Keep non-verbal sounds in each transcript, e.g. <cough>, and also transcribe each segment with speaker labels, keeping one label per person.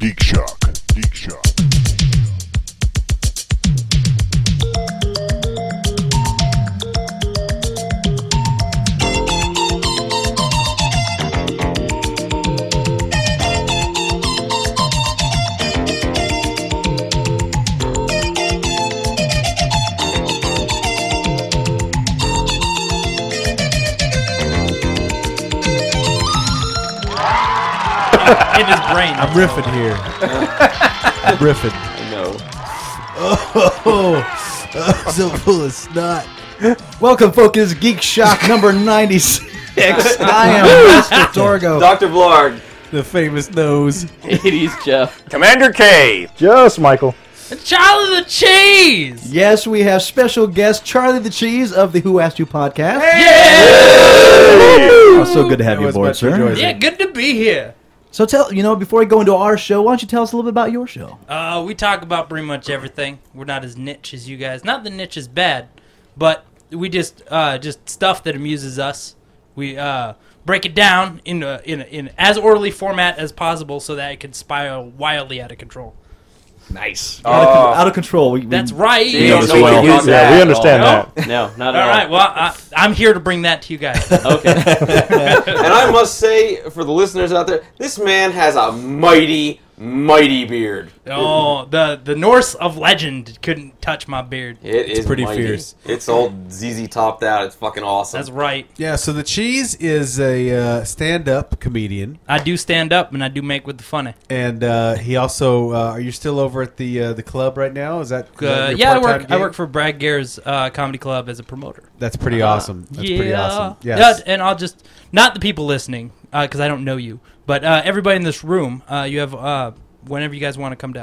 Speaker 1: Geek Shock. Geek Shock.
Speaker 2: in his brain.
Speaker 3: I'm riffing here. I'm riffing.
Speaker 4: No.
Speaker 3: Oh, oh, so full of snot. Welcome, focus Geek <laughs> Shock number 96. I am Mr. Torgo,
Speaker 4: Dr. <laughs> Vlog.
Speaker 3: <laughs> the famous nose.
Speaker 4: 80s <laughs> Jeff.
Speaker 5: Commander K.
Speaker 6: Just Michael.
Speaker 2: The child of the cheese.
Speaker 3: Yes, we have special guest Charlie the Cheese of the Who Asked You podcast. Oh, so good to have you aboard, sir.
Speaker 2: Yeah, good to be here.
Speaker 3: So tell you know before we go into our show, why don't you tell us a little bit about your show?
Speaker 2: Uh, we talk about pretty much everything. We're not as niche as you guys. Not the niche is bad, but we just uh, just stuff that amuses us. We uh, break it down in a, in a, in as orderly format as possible so that it can spiral wildly out of control.
Speaker 5: Nice.
Speaker 3: out, of, con- out of control. We, we-
Speaker 2: That's right.
Speaker 6: Mm.
Speaker 4: See,
Speaker 6: Yeah,
Speaker 4: no one
Speaker 6: well,
Speaker 4: can talk
Speaker 6: yeah,
Speaker 4: that
Speaker 6: we
Speaker 4: at
Speaker 6: understand
Speaker 4: all. No, no, not at
Speaker 2: All
Speaker 4: all.
Speaker 2: right. Well, I, I'm here to bring that to you guys.
Speaker 4: Okay. and I must say, for the listeners out there, this man has a mighty, mighty beard.
Speaker 2: oh, the the Norse of legend couldn't touch my beard.
Speaker 4: it's
Speaker 3: pretty
Speaker 4: mighty.
Speaker 3: fierce.
Speaker 4: It's old ZZ topped out. It's fucking awesome.
Speaker 2: That's right.
Speaker 3: Yeah, so the cheese is a uh, stand-up comedian,
Speaker 2: I do stand up and I do make with the funny.
Speaker 3: and uh, he also uh, are you still over at the uh, the club right now? Is that, is that
Speaker 2: Uh,
Speaker 3: your
Speaker 2: yeah, I
Speaker 3: part-time
Speaker 2: work. I
Speaker 3: gig?
Speaker 2: work for Brad Gare's uh, comedy club as a promoter.
Speaker 3: That's pretty awesome. That's
Speaker 2: Uh, yeah,
Speaker 3: pretty awesome. Yes.
Speaker 2: Yeah, and I'll just not the people listening because I don't know you, but uh, everybody in this room. Uh, you have uh, whenever you guys want to come down.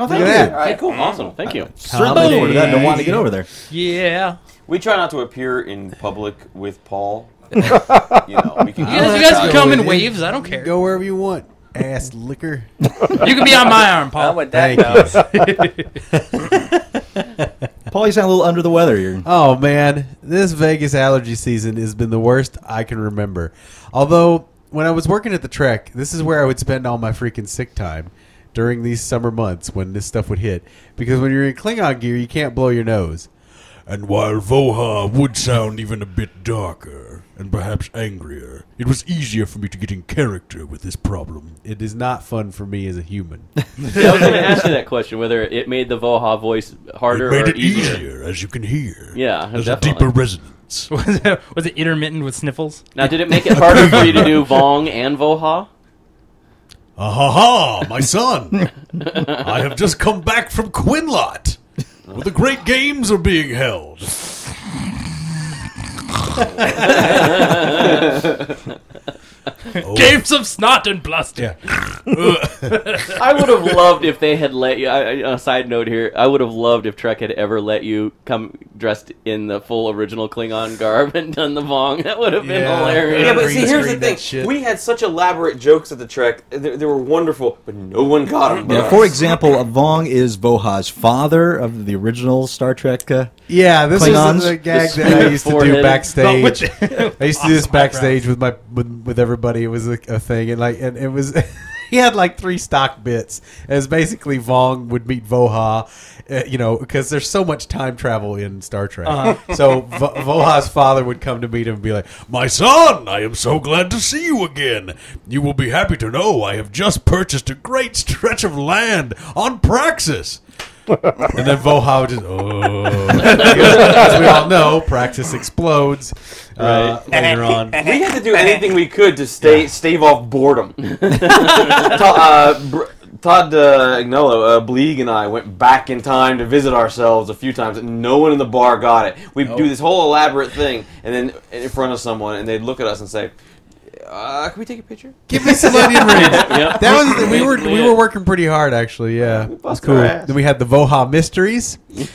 Speaker 3: Oh, thank
Speaker 6: Look at
Speaker 3: you.
Speaker 6: that.
Speaker 4: all right, cool. Awesome. Thank you.
Speaker 6: Certainly forward to that. Don't want to get over there.
Speaker 2: Yeah,
Speaker 4: We try not to appear in public with Paul. you know, we can
Speaker 2: you guys, you guys
Speaker 4: <laughs>
Speaker 2: can come in waves. I don't care.
Speaker 3: Go wherever you want. Ass liquor.
Speaker 2: You can be on my arm,
Speaker 3: <laughs>
Speaker 2: Paul.
Speaker 3: Thank you.
Speaker 6: Paul, you sound a little under the weather. You're
Speaker 3: Oh man, this Vegas allergy season has been the worst I can remember. Although when I was working at the Trek, this is where I would spend all my freaking sick time during these summer months when this stuff would hit. Because when you're in Klingon gear, you can't blow your nose.
Speaker 7: And while Voha would sound even a bit darker and perhaps angrier, it was easier for me to get in character with this problem.
Speaker 3: It is not fun for me as a human.
Speaker 4: I was going to ask you that question whether it made the Voha voice harder
Speaker 7: it made
Speaker 4: or
Speaker 7: it
Speaker 4: easier.
Speaker 7: easier. as you can hear.
Speaker 4: Yeah,
Speaker 7: there's
Speaker 4: definitely.
Speaker 7: a deeper resonance. <laughs>
Speaker 2: <laughs> Was it, was it intermittent with sniffles?
Speaker 4: Now, did it make it harder for you to do Vong and Voha?
Speaker 7: Ah ha ha! My
Speaker 4: <laughs>
Speaker 7: son, I have just come back from Quinlot, where the great games are being held.
Speaker 3: Oh.
Speaker 2: Gave some snot and bluster.
Speaker 4: I would have loved if they had let you. I, I- on a side note here, I would have loved if Trek had ever let you come dressed in the full original Klingon garb and done the Vong. That would have been
Speaker 3: Yeah.
Speaker 4: hilarious.
Speaker 3: Yeah,
Speaker 4: Yeah,
Speaker 3: but
Speaker 4: but
Speaker 3: Green see, here's the screen, thing. that shit.
Speaker 4: We had such elaborate jokes at the Trek. They, they were wonderful, but no one got them.
Speaker 6: Yeah, for example, Vong is Voha's father of the original Star Trek. Uh,
Speaker 3: Yeah, this
Speaker 6: Klingons?
Speaker 3: is the gag
Speaker 4: The
Speaker 3: that I used to do
Speaker 4: foreheaded-
Speaker 2: But with
Speaker 3: backstage.
Speaker 2: the-
Speaker 3: <laughs> I used to do this
Speaker 2: Awesome eyebrows.
Speaker 3: backstage with my with, with everybody. It was a, a thing, and like, and it was <laughs> he had like three stock bits. It was basically Vong would meet Voha, uh, you know, because there's so much time travel in Star Trek. <laughs> So v- Voha's father would come to meet him and be like,
Speaker 7: My son, I am so glad to see you again. You will be happy to know I have just purchased a great stretch of land on Praxis.
Speaker 3: and then Voha would just, oh, <laughs> as we all know, Praxis explodes uh, later on.
Speaker 4: We had to do anything we could to stay stave off
Speaker 3: <laughs>
Speaker 4: boredom. To- uh, Br- Todd uh, Agnello, uh, Bleeg, and I went back in time to visit ourselves a few times. and No one in the bar got it. We would do this whole elaborate thing, and then in front of someone, and they'd look at us and say, uh, "Can we take a picture?"
Speaker 3: Give me Selenium rings.
Speaker 4: Yep.
Speaker 3: That was we were
Speaker 4: Basically
Speaker 3: we
Speaker 4: it.
Speaker 3: were working pretty hard actually. Yeah, it was
Speaker 4: busted
Speaker 3: cool.
Speaker 4: our ass.
Speaker 3: Then we had the Voha mysteries.
Speaker 4: <laughs>
Speaker 3: <laughs>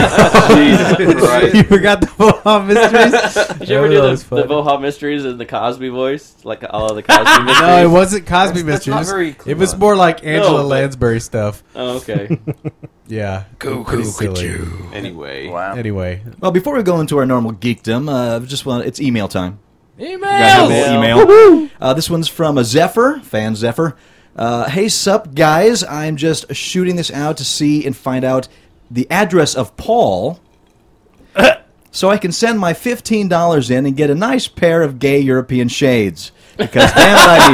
Speaker 4: Jesus
Speaker 3: you
Speaker 4: Christ.
Speaker 3: forgot the Voha mysteries.
Speaker 4: Did you ever
Speaker 3: That
Speaker 4: do the,
Speaker 3: was
Speaker 4: the
Speaker 3: fun.
Speaker 4: Voha mysteries in the Cosby voice, like all of the
Speaker 3: <laughs>
Speaker 4: Cosby mysteries?
Speaker 3: No, it wasn't Cosby
Speaker 4: That's- that's
Speaker 3: mysteries.
Speaker 4: not very
Speaker 3: it was
Speaker 4: Klingon.
Speaker 3: more like Angela
Speaker 4: No, but-
Speaker 3: Lansbury stuff.
Speaker 4: Oh, okay.
Speaker 3: Yeah,
Speaker 7: Who
Speaker 3: cuckoo
Speaker 7: could you?
Speaker 4: Anyway,
Speaker 5: Wow.
Speaker 3: Anyway,
Speaker 6: well, before we go into our normal geekdom, uh, just want it's email time.
Speaker 2: Emails.
Speaker 6: Got a little
Speaker 4: Email.
Speaker 6: email. Uh, this one's from a Zephyr fan, Zephyr. Uh, hey, sup, guys. I'm just shooting this out to see and find out the address of
Speaker 3: <laughs>
Speaker 6: Paul so I can send my $15 in and get a nice pair of gay European shades. Because damn it, I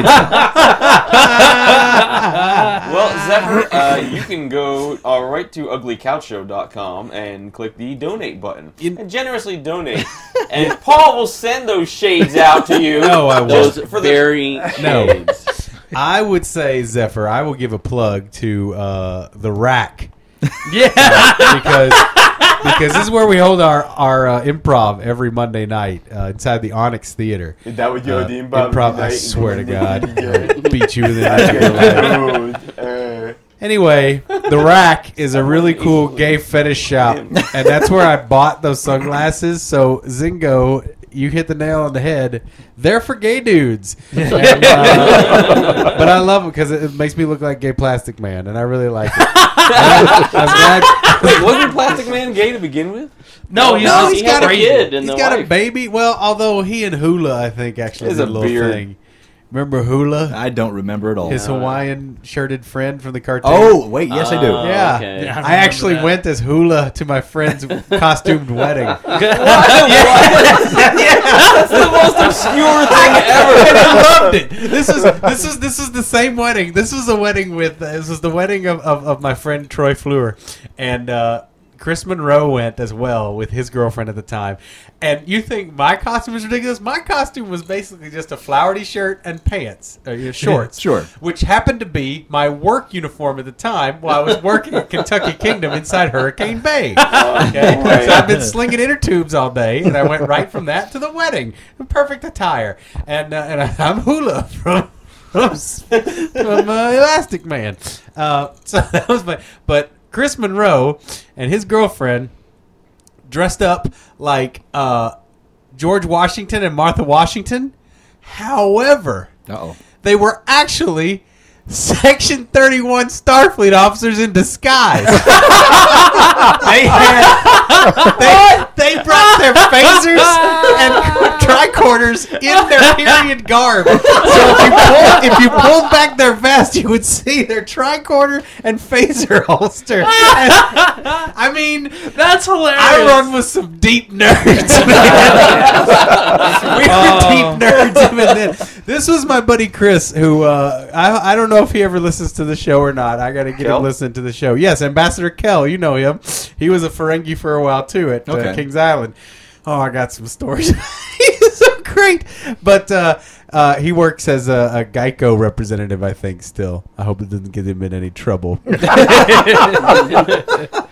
Speaker 6: need
Speaker 3: <laughs>
Speaker 6: them.
Speaker 5: Well,
Speaker 3: <laughs>
Speaker 5: Zephyr, uh, you can go uh, right to uglycouchshow.com and click the donate button. and generously donate. and <laughs> Paul will send those shades out to you.
Speaker 3: No, Oh, I won't.
Speaker 5: Those
Speaker 4: Those
Speaker 5: for the-
Speaker 4: very <laughs>
Speaker 3: No.
Speaker 4: shades.
Speaker 3: I would say Zephyr. I will give a plug to uh, the rack
Speaker 2: Yeah.
Speaker 3: because because this is where we hold our our uh, improv every Monday night uh, inside the Onyx Theater.
Speaker 5: Is that what you
Speaker 3: Uh,
Speaker 5: are doing, Bob?
Speaker 3: improv- I
Speaker 5: Tonight?
Speaker 3: swear to God,
Speaker 5: <laughs> Yeah.
Speaker 3: I'll beat you in the neck with a
Speaker 5: <laughs>
Speaker 3: ladder.
Speaker 5: Uh,
Speaker 3: Anyway, the rack is a really cool gay fetish shop, and that's where I bought those sunglasses. So Zingo, you hit the nail on the head. They're for gay dudes, And, uh, but I love them because it, it makes me look like gay plastic man, and I really like it. And I, I was glad-
Speaker 5: Wait, wasn't Plastic Man gay to begin with?
Speaker 2: No, he's
Speaker 3: No,
Speaker 2: just
Speaker 3: he's
Speaker 4: he had
Speaker 3: got
Speaker 4: a
Speaker 2: crazy.
Speaker 4: kid and
Speaker 3: he's
Speaker 4: the
Speaker 3: got a
Speaker 4: wife.
Speaker 3: baby. Well, although he and Hula, I think actually
Speaker 5: He's
Speaker 3: did a
Speaker 5: a
Speaker 3: little
Speaker 5: beard.
Speaker 3: thing. Remember Hula,
Speaker 6: I don't remember at all.
Speaker 3: his Hawaiian shirted friend from the cartoon?
Speaker 6: oh, wait. Yes, I do.
Speaker 4: Oh,
Speaker 3: Yeah.
Speaker 4: okay.
Speaker 2: Yeah.
Speaker 3: I, actually
Speaker 2: remember
Speaker 3: went as Hula to my friend's costumed wedding.
Speaker 5: That's the most obscure thing
Speaker 3: <laughs>
Speaker 5: ever.
Speaker 3: I loved it. This is this is this is the same wedding. This was a wedding with uh, this was the wedding of, of, of my friend Troy Fleur, and uh, Chris Monroe went as well with his girlfriend at the time. And you think my costume was ridiculous? My costume was basically just a flowery shirt and pants, uh, yeah, shorts,
Speaker 6: Sure.
Speaker 3: which happened to be my work uniform at the time while I was working at Kentucky Kingdom inside Hurricane Bay. Okay? So I've been slinging inner tubes all day, and I went right from that to the wedding. Perfect attire. And, uh, and I, I'm Hula from. From, s- from uh, Elastic Man, uh, so <laughs> that was my. But Chris Monroe and his girlfriend dressed up like uh, George Washington and Martha Washington. However,
Speaker 6: Uh-oh.
Speaker 3: they were actually Section 31 Starfleet officers in disguise. <laughs> they had they, they brought their phasers and tricorders in their period garb. So if you pulled, if you pulled back their vest, you would see their tricorder and phaser holster. And, I mean,
Speaker 2: that. <laughs> That's hilarious.
Speaker 3: <laughs> I run with some deep nerds. <laughs> man. we were
Speaker 2: Oh.
Speaker 3: deep nerds even then. This was my buddy Chris, who uh, I, I don't know if he ever listens to the show or not. I got to get
Speaker 5: Kel?
Speaker 3: him listening to the show. Yes, Ambassador Kell, you know him. He was a Ferengi for a while too at uh,
Speaker 6: Okay.
Speaker 3: Kings Island. Oh, I got some stories. <laughs> He's so great, but uh, uh, he works as a, a Geico representative, I think. Still, I hope it doesn't get him in
Speaker 4: <laughs>
Speaker 3: any trouble.
Speaker 4: A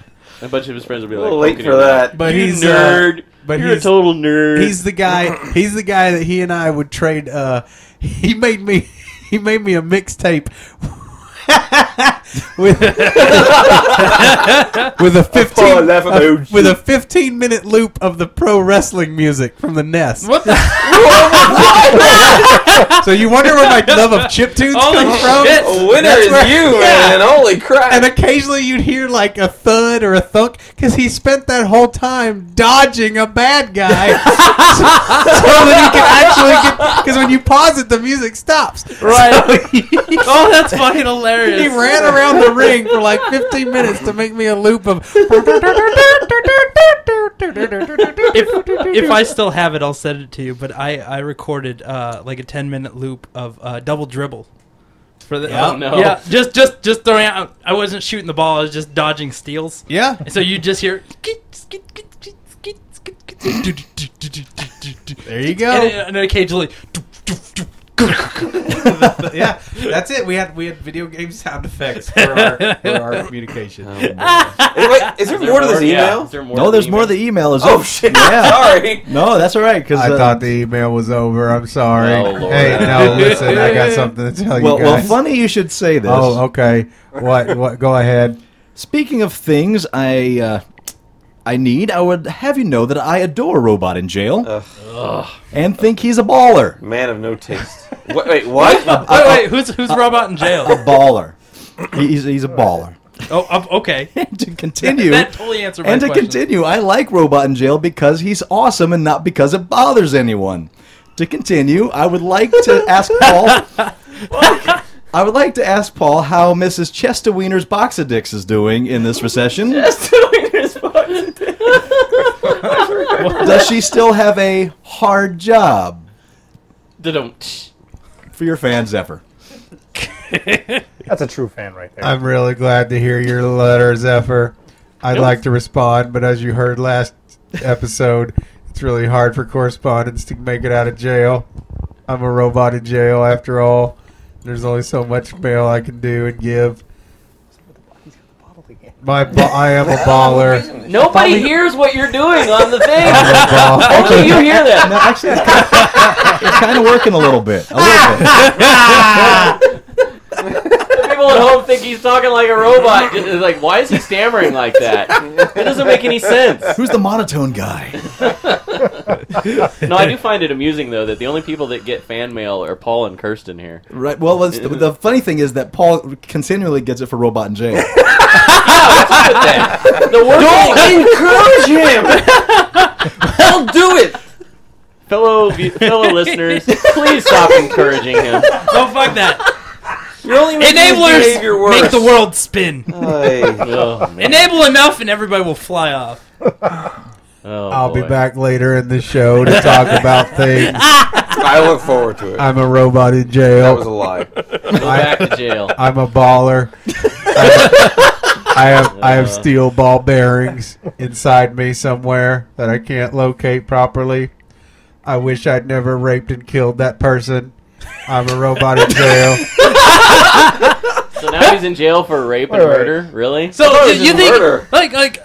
Speaker 4: bunch of his friends will be
Speaker 5: A
Speaker 4: like,
Speaker 5: little late
Speaker 4: "Poking
Speaker 5: for
Speaker 4: him."
Speaker 5: that.
Speaker 3: But
Speaker 4: you
Speaker 3: he's uh,
Speaker 4: nerd.
Speaker 3: but
Speaker 4: You're
Speaker 3: he's-
Speaker 4: a total nerd.
Speaker 3: He's the guy. He's the guy that he and I would trade. Uh, he made me. <laughs> He made me a mixtape <laughs> with <laughs> with a fifteen
Speaker 5: Oh, laugh at my own
Speaker 3: a- with a fifteen minute loop of the pro wrestling music from the Nest.
Speaker 2: What the?
Speaker 3: <laughs> So you wonder where my love of chip
Speaker 2: <laughs>
Speaker 3: tunes
Speaker 2: Holy
Speaker 3: comes from?
Speaker 2: Oh, shit.
Speaker 5: A winner
Speaker 3: That's
Speaker 5: is
Speaker 3: right.
Speaker 5: you, man. Holy crap.
Speaker 3: And occasionally you'd hear like a thud or a thunk because he spent that whole time dodging a
Speaker 2: <laughs>
Speaker 3: bad guy so, that he could actually get. Because when you pause it, the music stops.
Speaker 2: Right. <laughs> oh, that's fucking hilarious.
Speaker 3: He ran around the ring for like 15 minutes to make me a loop of. <laughs>
Speaker 2: if, if I still have it, I'll send it to you. But I, I recorded uh, like a ten minute loop of uh, double dribble. For the,
Speaker 3: Yeah.
Speaker 4: Oh, no.
Speaker 2: yeah, just just just throwing out. I wasn't shooting the ball. I was just dodging steals. <laughs>
Speaker 3: Yeah.
Speaker 2: And so you just hear.
Speaker 3: There you go.
Speaker 2: And, and occasionally.
Speaker 3: <laughs>
Speaker 6: <laughs>
Speaker 3: yeah, that's it. We had we had video game sound effects for our, for
Speaker 2: <laughs>
Speaker 3: our communication.
Speaker 2: Oh,
Speaker 5: Is- wait, is there more to this
Speaker 4: Yeah.
Speaker 5: email?
Speaker 4: Is there more
Speaker 6: No,
Speaker 4: to
Speaker 6: there's
Speaker 4: the
Speaker 6: more.
Speaker 4: email?
Speaker 6: The email is
Speaker 5: Oh, shit.
Speaker 6: Yeah.
Speaker 4: <laughs>
Speaker 5: Sorry.
Speaker 6: No, that's all right. uh, Because
Speaker 8: I thought the email was over. I'm sorry.
Speaker 4: Oh, Lord.
Speaker 8: hey, no, listen, I
Speaker 6: <laughs>
Speaker 8: got something to tell
Speaker 6: well,
Speaker 8: Oh, you
Speaker 6: well,
Speaker 8: guys.
Speaker 6: funny you should say this.
Speaker 8: oh, okay. What? What? Go ahead.
Speaker 6: Speaking of things I uh, I need, I would have you know that I adore Robot in Jail
Speaker 5: Ugh.
Speaker 6: and think he's a baller.
Speaker 5: Man of no taste. Wait, wait what?
Speaker 2: Oh, Wait, wait, who's who's robot in
Speaker 6: A
Speaker 2: jail?
Speaker 6: baller. He- he's, he's a baller.
Speaker 2: Oh, um, okay.
Speaker 6: And <laughs> to continue,
Speaker 2: That totally answered my
Speaker 6: and to
Speaker 2: question.
Speaker 6: continue, I like Robot in Jail because he's awesome and not because it bothers anyone. To continue, I would like to ask Paul. I would like to ask Paul how Mrs. Chesta Wiener's Box of Dicks is doing in this recession.
Speaker 4: That's the winner's box.
Speaker 6: Does she still have a hard job
Speaker 4: Da-dum-tsh.
Speaker 6: for your fans, Zephyr?
Speaker 7: That's a true fan right
Speaker 2: <laughs>
Speaker 7: there.
Speaker 3: I'm really glad to hear your letter, Zephyr. I'd like to respond, but as you heard last episode, it's really hard for correspondents to make it out of jail. I'm a robot in jail, after all. There's only so much mail I can do and give. My, ba- I am a
Speaker 6: <laughs>
Speaker 3: baller.
Speaker 4: Nobody hears what you're doing on the
Speaker 3: <laughs>
Speaker 4: thing.
Speaker 3: I'm a ball-
Speaker 4: Only you hear that.
Speaker 6: No, actually, it's kind, of, it's kind of working a little bit. A little bit.
Speaker 4: People at home think he's talking like a robot. <laughs> Just- it's like, why is he stammering like that? It doesn't make any sense.
Speaker 6: Who's the monotone guy?
Speaker 4: No, I do find it amusing though that the only people that get fan mail are Paul and Kirsten here.
Speaker 6: Right. Well, it's, the, the funny thing is that Paul continually gets it for Robot in Jail.
Speaker 4: The worst thing-
Speaker 5: Encourage <laughs> him.
Speaker 4: I'll do it. Fellow view- fellow listeners, please stop encouraging him.
Speaker 2: Oh fuck that!
Speaker 4: You're only making his behavior
Speaker 2: Enablers
Speaker 4: worse.
Speaker 2: make the world spin.
Speaker 5: Uh.
Speaker 4: Oh, man.
Speaker 2: Enable enough, and everybody will fly off.
Speaker 4: Oh,
Speaker 3: I'll be
Speaker 4: boy.
Speaker 3: back later in the show to talk about things.
Speaker 5: I look forward to it.
Speaker 3: I'm a robot in jail.
Speaker 5: that was a lie.
Speaker 4: Go back to
Speaker 3: <laughs>
Speaker 4: jail.
Speaker 3: I'm a baller. I have I have steel ball bearings inside me somewhere that I can't locate properly. I wish I'd never raped and killed that person. I'm a robot in jail.
Speaker 4: So now he's in jail for rape and
Speaker 7: Wait, wait.
Speaker 4: murder. Really? Oh,
Speaker 2: So
Speaker 5: thought it was
Speaker 2: you, you
Speaker 5: just
Speaker 2: think
Speaker 5: murder.
Speaker 2: like like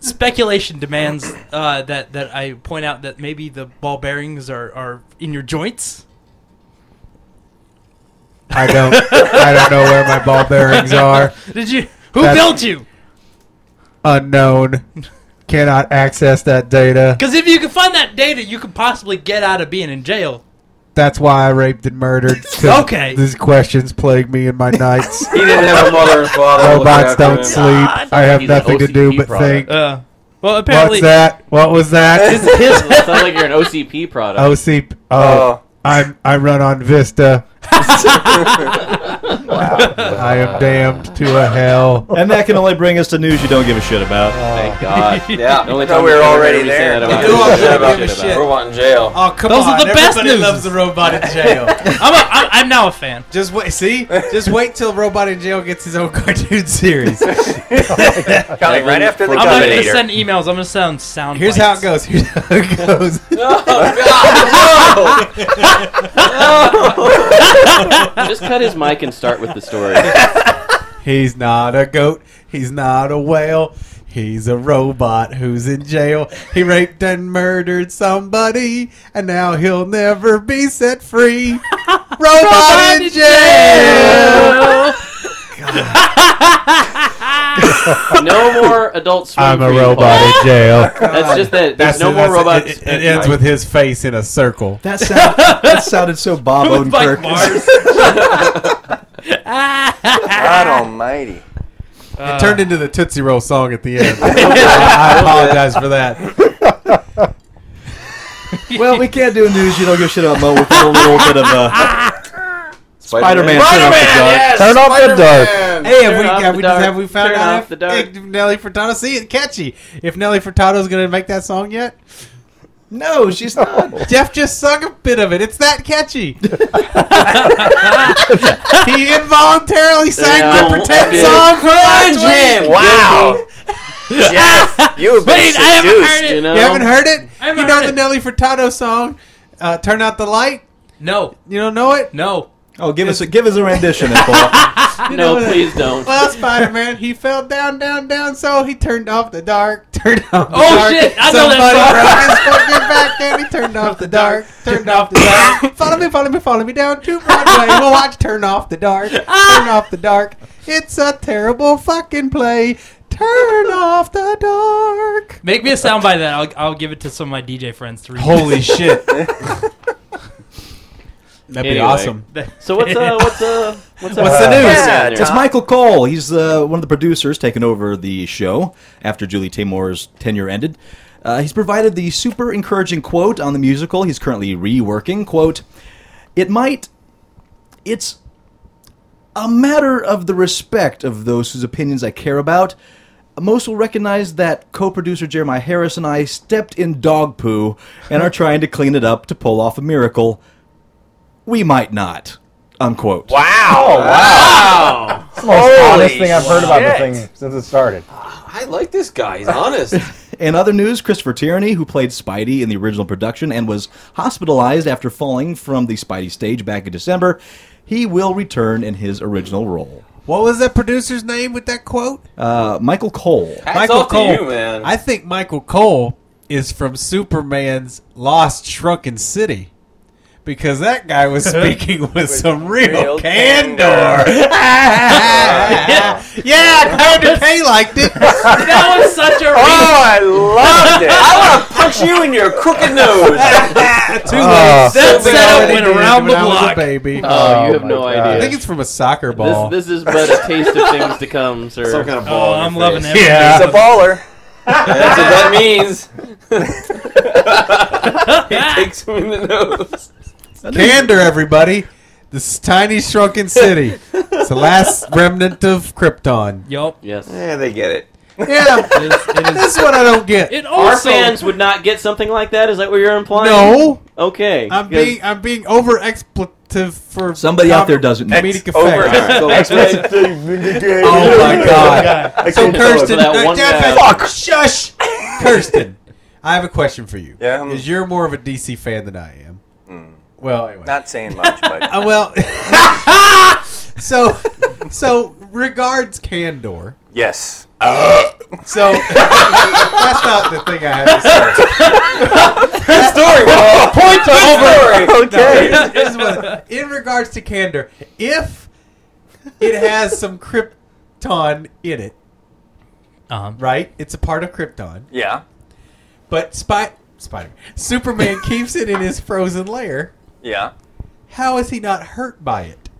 Speaker 2: speculation demands uh, that that I point out that maybe the ball bearings are, are in your joints.
Speaker 3: I don't I don't know where my ball bearings are.
Speaker 2: Did you? Who
Speaker 3: That's-
Speaker 2: built you?
Speaker 3: Unknown. Cannot access that data.
Speaker 2: Because if you can find that data, you could possibly get out of being in jail.
Speaker 3: That's why I raped and murdered. 'cause
Speaker 2: Okay.
Speaker 3: These questions plague me in my nights.
Speaker 5: He didn't have a mother and father. to look
Speaker 3: Robots
Speaker 5: after him.
Speaker 3: don't sleep.
Speaker 4: Ah,
Speaker 3: I have
Speaker 4: he's an
Speaker 3: nothing to do
Speaker 4: OCD
Speaker 3: but
Speaker 4: product.
Speaker 3: think.
Speaker 2: Uh, well,
Speaker 3: What's
Speaker 2: <laughs> apparently,
Speaker 3: that? What was that? <laughs>
Speaker 4: Sounds like you're an OCP product.
Speaker 3: OC. Oh,
Speaker 5: Oh.
Speaker 3: I'm I run on Vista. <laughs> I am damned to a hell.
Speaker 6: and that can only bring us to news you don't give a shit about.
Speaker 4: Thank God.
Speaker 3: <laughs>
Speaker 5: Yeah,
Speaker 4: only
Speaker 5: only
Speaker 4: time
Speaker 5: time we
Speaker 4: we've
Speaker 5: were
Speaker 4: ever
Speaker 5: already
Speaker 4: heard me say
Speaker 5: there.
Speaker 4: that about
Speaker 5: We do
Speaker 4: you.
Speaker 5: all shit
Speaker 4: Yeah,
Speaker 5: about
Speaker 4: shit
Speaker 5: shit.
Speaker 4: about
Speaker 5: We're wanting jail.
Speaker 9: Oh, come
Speaker 2: Those
Speaker 9: on.
Speaker 2: are the best
Speaker 9: Everybody
Speaker 2: news.
Speaker 9: loves the robot in jail.
Speaker 2: <laughs> I'm, a, I'm I'm now a fan.
Speaker 9: Just wait. See? Just wait till Robot in Jail gets his own <laughs> cartoon series.
Speaker 10: Coming right after the
Speaker 2: I'm not gonna
Speaker 10: Dominator.
Speaker 2: send emails. I'm gonna send sound.
Speaker 9: Here's how it goes.
Speaker 2: bites.
Speaker 9: Here's how it goes.
Speaker 4: Just cut his mic and start with the story.
Speaker 3: He's not a goat. He's not a whale. He's a robot who's in jail. He raped and murdered somebody, and now he'll never be
Speaker 4: <laughs>
Speaker 3: set free. Robot in jail.
Speaker 4: No more
Speaker 3: <laughs>
Speaker 4: adult swim.
Speaker 3: I'm a
Speaker 4: for you,
Speaker 3: robot
Speaker 4: Paul.
Speaker 3: in jail.
Speaker 4: <laughs> That's just that. There's
Speaker 3: That's
Speaker 4: no
Speaker 3: it,
Speaker 4: more
Speaker 3: that's
Speaker 4: robots.
Speaker 3: it. It, it ends with his face in a circle.
Speaker 6: That, sound, that sounded so Bob
Speaker 2: Like
Speaker 6: Odenkirk.
Speaker 2: Mars.
Speaker 10: God almighty.
Speaker 4: Uh.
Speaker 3: It turned into the Tootsie Roll song at the
Speaker 4: <laughs>
Speaker 3: end. I apologize for that.
Speaker 6: well, we can't do news you don't give a shit about Mo without a little bit of uh, Spider-Man.
Speaker 10: Turn
Speaker 6: Turn off the dark.
Speaker 10: off the dark.
Speaker 3: Hey, have we,
Speaker 4: off
Speaker 3: have
Speaker 4: the
Speaker 3: we, just,
Speaker 4: dark.
Speaker 3: have we found
Speaker 4: Turn
Speaker 3: out
Speaker 4: off the dark.
Speaker 3: if Nelly Furtado? See, it's catchy. If Nelly Furtado's going to make that song yet?
Speaker 6: No, she's not.
Speaker 3: Jeff just sung a bit of it. It's that catchy. he involuntarily sang
Speaker 4: Yeah.
Speaker 3: the pretend
Speaker 4: Yeah.
Speaker 3: song for last week.
Speaker 10: Wow. Jeff, you've been
Speaker 2: Wait, I haven't heard
Speaker 10: seduced.
Speaker 2: it.
Speaker 4: You know?
Speaker 3: You haven't heard it?
Speaker 2: haven't
Speaker 3: you know
Speaker 2: heard
Speaker 3: the
Speaker 2: it.
Speaker 3: Nelly Furtado song, uh, Turn Out the Light?
Speaker 2: No,
Speaker 3: You don't know it?
Speaker 2: no.
Speaker 6: Oh, give us a give us a rendition, then, Paul.
Speaker 4: No, please don't.
Speaker 3: Well, Spider Man, he fell down, down, down, so he turned off the dark. <laughs> Turned off the
Speaker 2: Oh,
Speaker 3: dark.
Speaker 2: shit, I know
Speaker 3: Somebody
Speaker 2: that
Speaker 3: broke his fucking back and he turned off the
Speaker 2: <laughs>
Speaker 3: dark. Turned off the dark. follow me, follow me, follow me down
Speaker 2: <laughs>
Speaker 3: to Broadway. We'll watch Turn Off the Dark. Turn off the dark. It's a terrible fucking play. Turn off the dark.
Speaker 2: Make me a sound by that. I'll, I'll give it to some of my DJ friends to read.
Speaker 3: Holy shit. That'd be
Speaker 4: Anyway.
Speaker 3: awesome.
Speaker 4: So what's uh what's uh what's, uh,
Speaker 3: What's the news?
Speaker 10: Yeah,
Speaker 4: It's
Speaker 6: It's
Speaker 10: Tom.
Speaker 6: Michael Cole. He's uh, one of the producers taking over the show after Julie Taymor's tenure ended. Uh, he's provided the super encouraging quote on the musical. He's currently reworking quote. It might. It's a matter of the respect of those whose opinions I care about. Most will recognize that co producer Jeremiah Harris and I stepped in dog poo and are trying to clean it up to pull off a miracle. We might not. Unquote.
Speaker 11: Oh, wow. It's the most
Speaker 6: Holy
Speaker 11: honest thing I've heard about the
Speaker 6: shit.
Speaker 11: thing since it started.
Speaker 5: I like this guy. He's honest.
Speaker 6: In other news, Christopher Tierney, who played Spidey in the original production and was hospitalized after falling from the Spidey stage back in December, he will return in his original role.
Speaker 3: What was that producer's name with that quote?
Speaker 6: Uh, Michael Cole.
Speaker 3: I think Michael Cole is from Superman's Lost Shrunken City. Because that guy <laughs> was speaking with some real,
Speaker 12: real
Speaker 3: candor. <laughs> yeah, I heard the pay liked <laughs> it.
Speaker 2: that was such a
Speaker 12: Oh, I loved it. I want to punch
Speaker 5: you in your crooked nose.
Speaker 3: Too
Speaker 12: Oh.
Speaker 3: late. Uh, That
Speaker 12: So we
Speaker 3: setup
Speaker 12: already
Speaker 3: went
Speaker 12: did
Speaker 3: around
Speaker 12: when
Speaker 3: the
Speaker 12: I was a
Speaker 3: block. Uh,
Speaker 8: baby.
Speaker 4: Oh, you have no
Speaker 3: I
Speaker 4: idea.
Speaker 3: think it's from a soccer ball.
Speaker 4: This, this is but a taste of things to come, sir.
Speaker 5: Some kind of
Speaker 2: Oh,
Speaker 5: ball.
Speaker 2: I'm loving
Speaker 5: it.
Speaker 2: everything.
Speaker 11: Yeah.
Speaker 12: He's a baller.
Speaker 5: That's what that means. he
Speaker 12: <laughs>
Speaker 5: takes him in the nose.
Speaker 3: Candor, everybody. This tiny shrunken city. It's the <laughs> last remnant of Krypton.
Speaker 2: Yup.
Speaker 4: yes.
Speaker 12: Yeah, they get it.
Speaker 3: Yeah,
Speaker 2: It is- it is-
Speaker 3: that's what I don't get.
Speaker 2: It
Speaker 4: Our
Speaker 2: also
Speaker 4: fans would not get something like that. Is that what you're implying?
Speaker 3: No,
Speaker 4: Okay.
Speaker 3: I'm
Speaker 4: because-
Speaker 3: being I'm being over expletive for
Speaker 6: Somebody out there doesn't know.
Speaker 3: comedic effect.
Speaker 12: Over.
Speaker 3: Oh my god! So
Speaker 4: can't tell
Speaker 3: Kirsten,
Speaker 4: that one guy.
Speaker 3: fuck,
Speaker 6: <laughs>
Speaker 3: shush, Kirsten. I have a question for you.
Speaker 12: Yeah, I'm-
Speaker 3: is you're more of a DC fan than I am?
Speaker 4: Mm.
Speaker 3: Well, anyway.
Speaker 12: Not saying much,
Speaker 5: <laughs> Oh.
Speaker 12: but
Speaker 3: Uh, well, <laughs> so so regards candor.
Speaker 12: yes.
Speaker 3: So <laughs> that's not the thing I have to say.
Speaker 6: <laughs>
Speaker 12: story.
Speaker 5: Oh,
Speaker 12: Point
Speaker 5: <laughs>
Speaker 12: over. Okay.
Speaker 3: Here's- here's what- <laughs> in regards to candor, if it has some krypton in it,
Speaker 2: Um,
Speaker 3: right? It's a part of Krypton.
Speaker 12: Yeah.
Speaker 3: But Spy- Spider
Speaker 12: <laughs>
Speaker 3: Superman keeps it in his frozen lair.
Speaker 12: Yeah.
Speaker 3: How is he not hurt by it?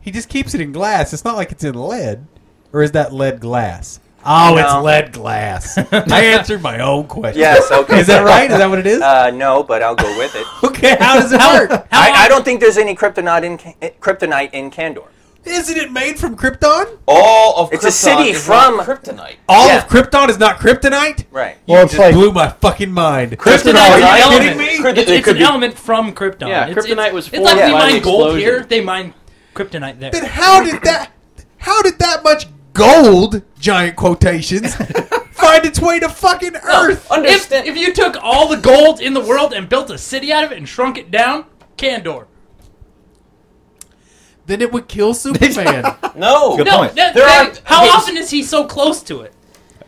Speaker 3: He just keeps it in glass. It's not like it's in lead. Or is that lead glass? Oh,
Speaker 12: No.
Speaker 3: it's lead glass.
Speaker 12: <laughs>
Speaker 3: I answered my own question.
Speaker 12: Yes. Okay.
Speaker 3: Is that right? Is that what it is?
Speaker 12: Uh, no, but I'll go with it.
Speaker 3: okay, how does it work?
Speaker 12: I, I don't think there's any kryptonite in Ca- kryptonite in Candor.
Speaker 3: Isn't it made from Krypton?
Speaker 5: All of
Speaker 12: It's a
Speaker 5: Krypton
Speaker 12: city
Speaker 5: is not
Speaker 12: from-
Speaker 5: kryptonite.
Speaker 3: All
Speaker 12: Yeah.
Speaker 3: of Krypton is not kryptonite?
Speaker 12: Right.
Speaker 3: You
Speaker 11: Well, it's
Speaker 3: just
Speaker 11: like-
Speaker 3: blew my fucking mind.
Speaker 2: Kryptonite
Speaker 5: Kryptonite,
Speaker 2: is an
Speaker 5: are you
Speaker 2: element.
Speaker 5: kidding me?
Speaker 2: It's,
Speaker 5: It
Speaker 2: it's
Speaker 5: could
Speaker 2: an
Speaker 5: be-
Speaker 2: element from Krypton.
Speaker 4: Yeah,
Speaker 2: It's- it's-
Speaker 4: kryptonite was
Speaker 2: It's like
Speaker 4: formed
Speaker 2: they
Speaker 4: by an
Speaker 2: mine gold
Speaker 4: explosion.
Speaker 2: here. They mine kryptonite there.
Speaker 3: Then how did that how did that much gold giant quotations find its way to fucking earth?
Speaker 2: If, if you took all the gold in the world and built a city out of it and shrunk it down, Candor.
Speaker 3: Then it would
Speaker 6: <laughs>
Speaker 3: kill Superman
Speaker 5: No.
Speaker 6: Good
Speaker 2: No,
Speaker 6: point.
Speaker 2: that,
Speaker 5: There
Speaker 2: that-
Speaker 5: are-
Speaker 2: how
Speaker 5: hey.
Speaker 2: often is he so close to it?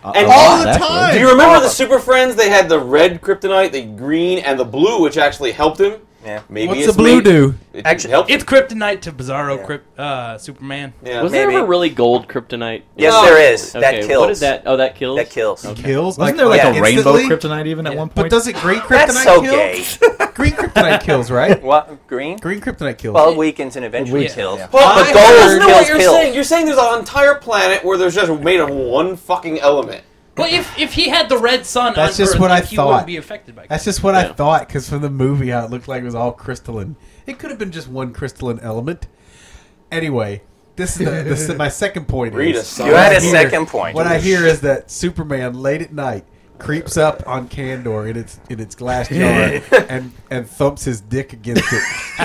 Speaker 6: Uh,
Speaker 5: And
Speaker 3: all the
Speaker 6: That was-
Speaker 5: Do
Speaker 3: time.
Speaker 5: you remember the Super Friends? They had the red kryptonite, the green, and the blue, which actually helped him.
Speaker 12: Yeah.
Speaker 5: Maybe
Speaker 3: What's
Speaker 5: it's
Speaker 3: the blue
Speaker 5: made-
Speaker 3: do?
Speaker 5: It actually helped.
Speaker 2: It's
Speaker 5: Him.
Speaker 2: kryptonite to Bizarro Kryp- uh, Superman.
Speaker 5: Yeah.
Speaker 4: Was
Speaker 12: Maybe.
Speaker 4: there ever really gold kryptonite?
Speaker 12: Yes,
Speaker 5: No.
Speaker 12: there is.
Speaker 4: Okay,
Speaker 12: that kills.
Speaker 4: What is that? Oh, that kills.
Speaker 12: That kills.
Speaker 3: Kills?
Speaker 6: Wasn't there like
Speaker 12: Yeah.
Speaker 6: a rainbow
Speaker 3: instantly?
Speaker 6: kryptonite even at one
Speaker 3: But
Speaker 6: point?
Speaker 3: does it green kryptonite
Speaker 12: That's so
Speaker 3: kill?
Speaker 12: gay.
Speaker 3: Green kryptonite kills, right?
Speaker 12: <laughs> what? Green?
Speaker 3: Green kryptonite kills.
Speaker 12: Well, it weakens and eventually
Speaker 2: Weakens,
Speaker 12: kills.
Speaker 5: But,
Speaker 3: I
Speaker 5: but gold
Speaker 3: heard-
Speaker 5: is not
Speaker 12: Kills,
Speaker 5: what you're
Speaker 12: kills.
Speaker 5: saying. You're saying there's an entire planet where there's just made of one fucking element.
Speaker 2: Well, if if he had the red sun,
Speaker 3: That's
Speaker 2: on
Speaker 3: just
Speaker 2: Earth,
Speaker 3: what I
Speaker 2: he wouldn't
Speaker 3: thought.
Speaker 2: be affected by.
Speaker 3: That's just what I
Speaker 4: Yeah.
Speaker 3: thought because from the movie how it looked like it was all crystalline. It could have been just one crystalline element. Anyway, this is, the, this is my second point.
Speaker 5: Read
Speaker 3: is-
Speaker 5: us some.
Speaker 12: You had a
Speaker 3: Here,
Speaker 12: second point.
Speaker 3: What I hear is that Superman late at night creeps up on Candor in its in its glass jar
Speaker 12: <laughs>
Speaker 3: and and thumps his dick against it <laughs>